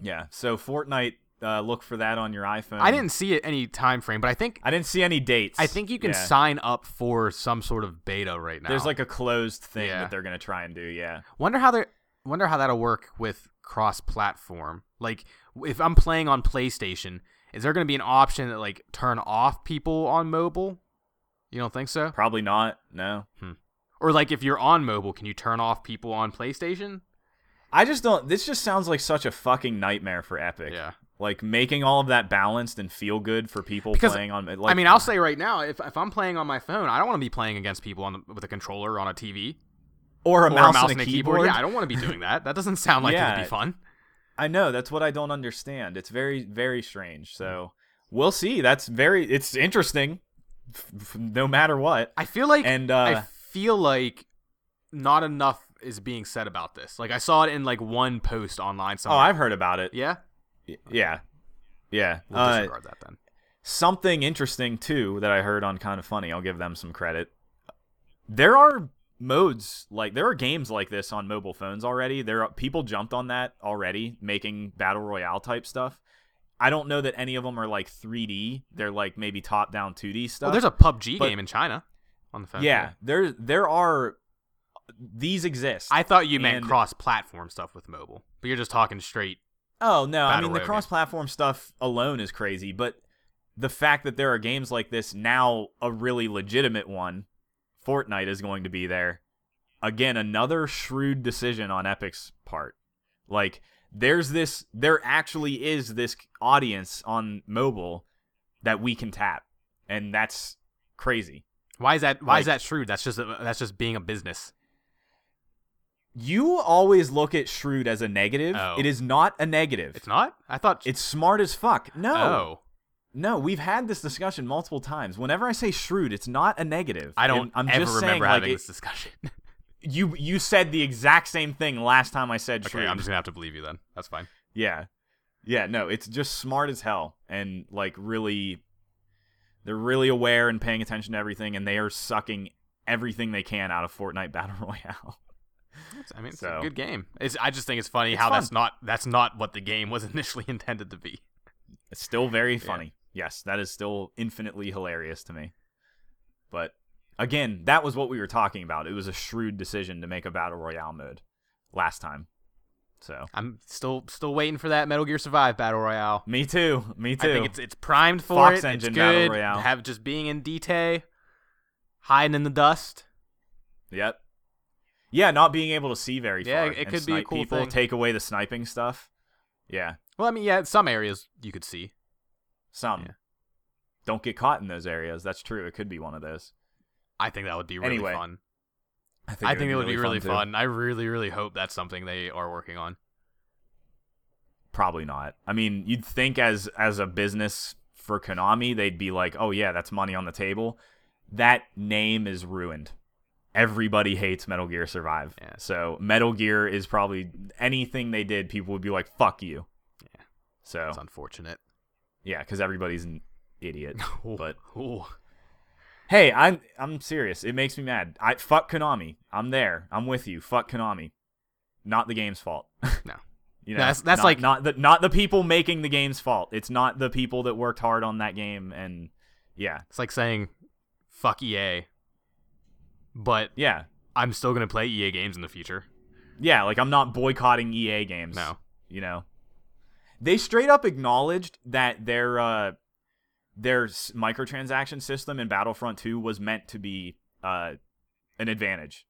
yeah. So Fortnite, uh, look for that on your iPhone.
I didn't see it any time frame, but I think
I didn't see any dates.
I think you can
Yeah.
sign up for some sort of beta right now.
There's like a closed thing
Yeah.
that they're gonna try and do. Yeah.
Wonder how they wonder how that'll work with cross platform. Like if I'm playing on PlayStation, is there going to be an option that like turn off people on mobile? You don't think so?
Probably not. No.
Or like if you're on mobile, can you turn off people on PlayStation?
I just don't. This just sounds like such a fucking nightmare for Epic.
Yeah.
Like making all of that balanced and feel good for people
Because,
playing on. Like,
I mean, I'll say right now, if, if I'm playing on my phone, I don't want to be playing against people on the, with a controller on a TV
or
or
a, mouse,
a mouse
and a keyboard.
Yeah, I don't want to be doing that. That doesn't sound like it'd
Yeah.
be fun.
I know that's what I don't understand. It's very very strange. So we'll see. That's very it's interesting, f- f- no matter what.
I feel like
And
I
uh,
feel like not enough is being said about this. Like I saw it in like one post online
oh,
somewhere.
I've Uh, heard about it.
yeah.
Yeah, yeah.
We'll
Uh,
disregard that then.
something interesting too that I heard on Kind of Funny. I'll give them some credit. There are modes like there are games like this on mobile phones already. There are people jumped on that already, making battle royale type stuff. I don't know that any of them are like 3D. They're like maybe top down 2D stuff.
Well, Oh, there's a PUBG
but-
game in China on the phone.
Yeah, there there are these exist.
I thought you meant
And-
cross-platform stuff with mobile, but you're just talking straight.
oh no, I
Battle
mean the
Royale.
cross-platform stuff alone is crazy, but the fact that there are games like this now, a really legitimate one, Fortnite is going to be there. Again, another shrewd decision on Epic's part. Like there's this there actually is this audience on mobile that we can tap. And that's crazy.
Why is that? Why is
Like-
that shrewd? That's just that's just being a business.
You always look at shrewd as a negative.
Oh.
It is not a negative.
It's not. I thought.
It's smart as fuck. No.
oh,
No, we've had this discussion multiple times. Whenever I say shrewd, it's not a negative.
I don't.
I'm
ever
just
remember
saying,
having
like,
this discussion.
it- you you said the exact same thing last time I said
okay,
shrewd.
I'm just gonna have to believe you then. That's fine.
Yeah. Yeah, no, it's just smart as hell and like really they're really aware and paying attention to everything and they are sucking everything they can out of Fortnite Battle Royale.
It's- I mean, it's
So-
a good game. It's, I just think it's funny how
fun.
that's not that's not what the game was initially intended to be.
It's still very funny. Yes, that is still infinitely hilarious to me. But again, that was what we were talking about. It was a shrewd decision to make a battle royale mode last time. So
I'm still still waiting for that Metal Gear Survive Battle Royale.
me too. Me
I
too.
think it's it's primed for
Fox
it.
Engine
it's
Battle
good.
Royale.
Have just being in DT, hiding in the dust.
yep. Yeah, not being able to see very
Yeah,
far.
it
and
could be a
snipe
cool
people,
thing.
Take away the sniping stuff. Yeah,
Well, I mean, yeah, some areas you could see.
some
Yeah.
don't get caught in those areas. That's true. It could be one of those.
I think that would be really
Anyway,
fun.
I think,
I think it would be really,
too.
fun. I really, really hope that's something they are working on.
probably not. I mean, you'd think as as a business for Konami, they'd be like, "Oh yeah, that's money on the table." That name is ruined. Everybody hates Metal Gear Survive.
Yeah.
So Metal Gear is probably anything they did, people would be like, "Fuck you."
Yeah.
So
It's unfortunate.
yeah, because everybody's an idiot. But-
Ooh.
hey, I'm I'm serious. It makes me mad. I fuck Konami. I'm there. I'm with you. Fuck Konami. Not the game's fault.
No.
You
No,
know,
that's- that's
not,
like-
not the not the people making the game's fault. It's not the people that worked hard on that game and yeah.
it's like saying, "Fuck EA," but
Yeah.
I'm still gonna play EA games in the future.
Yeah, like I'm not boycotting EA games.
No.
You know. They straight up acknowledged that their uh their s- microtransaction system in Battlefront 2 was meant to be uh an advantage.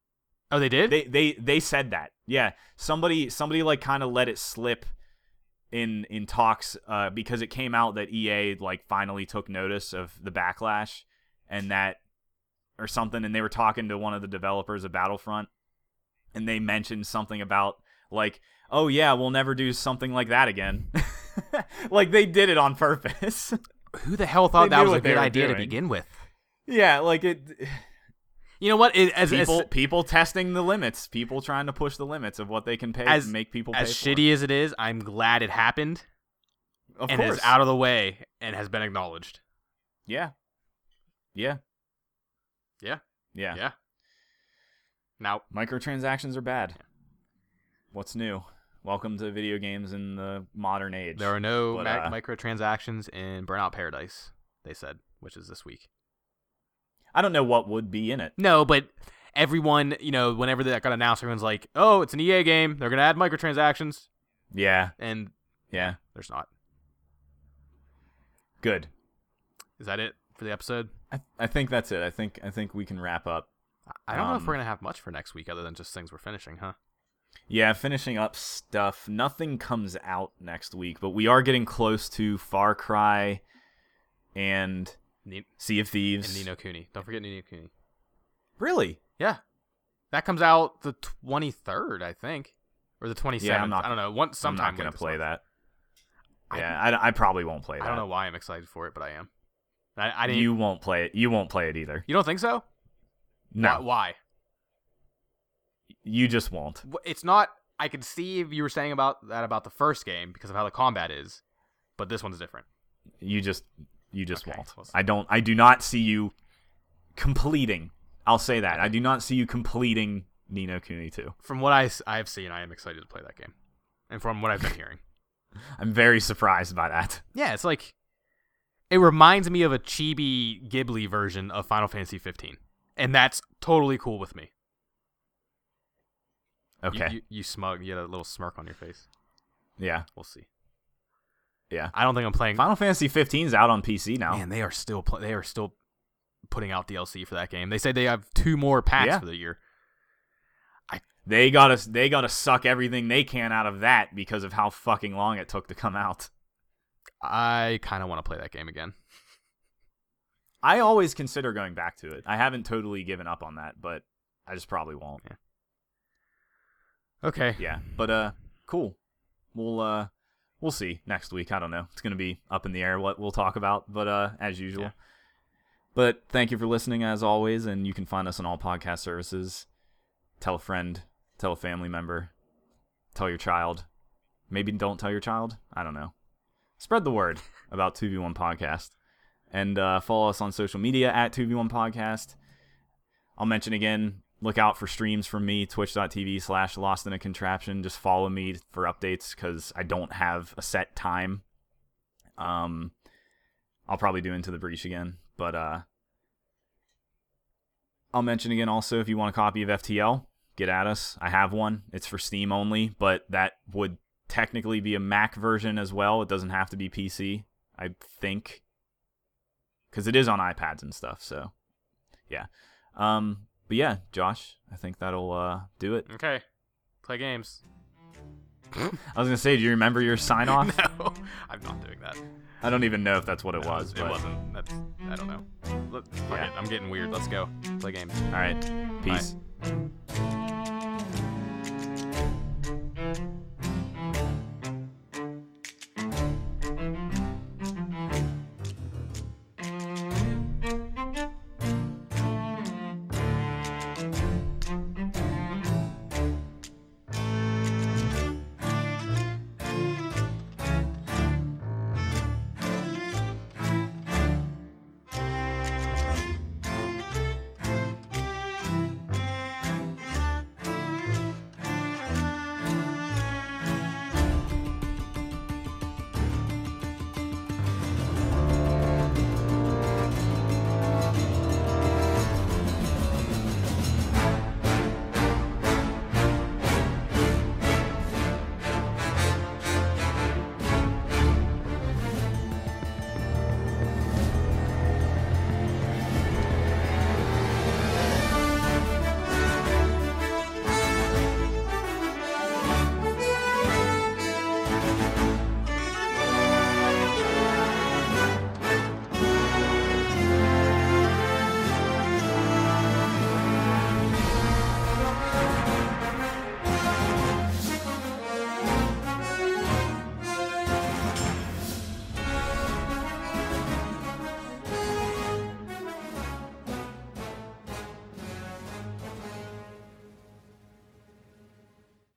Oh, they did.
They they they said that. Yeah, somebody somebody like kind of let it slip in in talks uh, because it came out that EA like finally took notice of the backlash and that or something, and they were talking to one of the developers of Battlefront, and they mentioned something about like, oh yeah, we'll never do something like that again. like they did it on purpose.
Who the hell thought
They
that
knew
was a
what they
good
were
idea to
doing.
begin with?
yeah, like it.
You know what? It, as
people
as,
people testing the limits, people trying to push the limits of what they can pay
As-
to make people
as
pay
shitty as it is, I'm glad it happened
for. Of
and
course.
is out of the way and has been acknowledged.
yeah. Yeah.
Yeah.
Yeah.
Yeah. Now,
Microtransactions are bad. What's new? Welcome to video games in the modern age.
there are no
But,
ma-
uh,
microtransactions in Burnout Paradise, they said, which is this week.
I don't know what would be in it.
No, but everyone, you know, whenever that got announced, everyone's like, "Oh, it's an EA game. They're gonna add microtransactions,"
Yeah.
and
Yeah.
there's not.
Good.
Is that it for the episode?
I, I think that's it. I think I think we can wrap up.
I- I don't know if
Um,
we're gonna have much for next week other than just things we're finishing, huh?
Yeah, finishing up stuff. Nothing comes out next week, but we are getting close to Far Cry and
Ni-
Sea of
and
Thieves.
Nino Cooney. Don't forget Nino Cooney.
Really?
Yeah, that comes out the twenty third, I think, or the twenty seventh.
not-
I don't know. One sometime.
I'm not gonna
late this
play
month.
that.
I-
Yeah, I, I probably won't play that.
I don't know why I'm excited for it, but I am. I, I didn't. You,
You won't play it. You won't play it either.
don't think so?
No,
Why- Why?
you just won't.
w- it's not i could see if you were saying about that about the first game because of how the combat is but this one's different
You just you just
Okay,
won't.
we'll see.
I don't. I do not see you completing. I'll say that. I do not see you completing Nino Kuni 2.
from what I, have seen i am excited to play that game and from what i've been hearing
I'm very surprised by that.
yeah it's like it reminds me of a chibi ghibli version of final fantasy 15 and that's totally cool with me You-
Okay.
you, you, smug you had a little smirk on your face
yeah.
we'll see
Yeah.
i don't think i'm playing
Final Fantasy 15 is out on PC now.
man they are still pl- they are still putting out dlc for that game they say they have two more packs
Yeah.
for the year
They got to they got to suck everything they can out of that because of how fucking long it took to come out.
i kind of want to play that game again
I always consider going back to it. I haven't totally given up on that, but I just probably won't.
Okay.
Yeah. But uh cool. We'll uh we'll see next week. I don't know. It's going to be up in the air what we'll talk about, but uh as usual.
Yeah.
But thank you for listening as always and you can find us on all podcast services. Tell a friend, tell a family member, tell your child. Maybe don't tell your child. I don't know. Spread the word about 2v1 podcast and uh, follow us on social media at 2v1 podcast. I'll mention again, look out for streams from me, twitch.tv slash lost in a contraption. Just follow me for updates because I don't have a set time. Um, I'll probably do Into the Breach again, but uh, I'll mention again also if you want a copy of FTL, get at us. I have one. It's for Steam only, but that would technically be a Mac version as well. It doesn't have to be PC, I think, because it is on iPads and stuff. So, yeah. Um, but yeah, Josh, I think that'll uh, do it.
Okay. Play games.
I was gonna say, do you remember your sign off?
No, I'm not doing that.
I don't even know if that's what it was.
It
but-
wasn't. That's. I don't know. Look, fuck
Yeah.
it, I'm getting weird. Let's go. Play games.
All right. Peace.
Bye.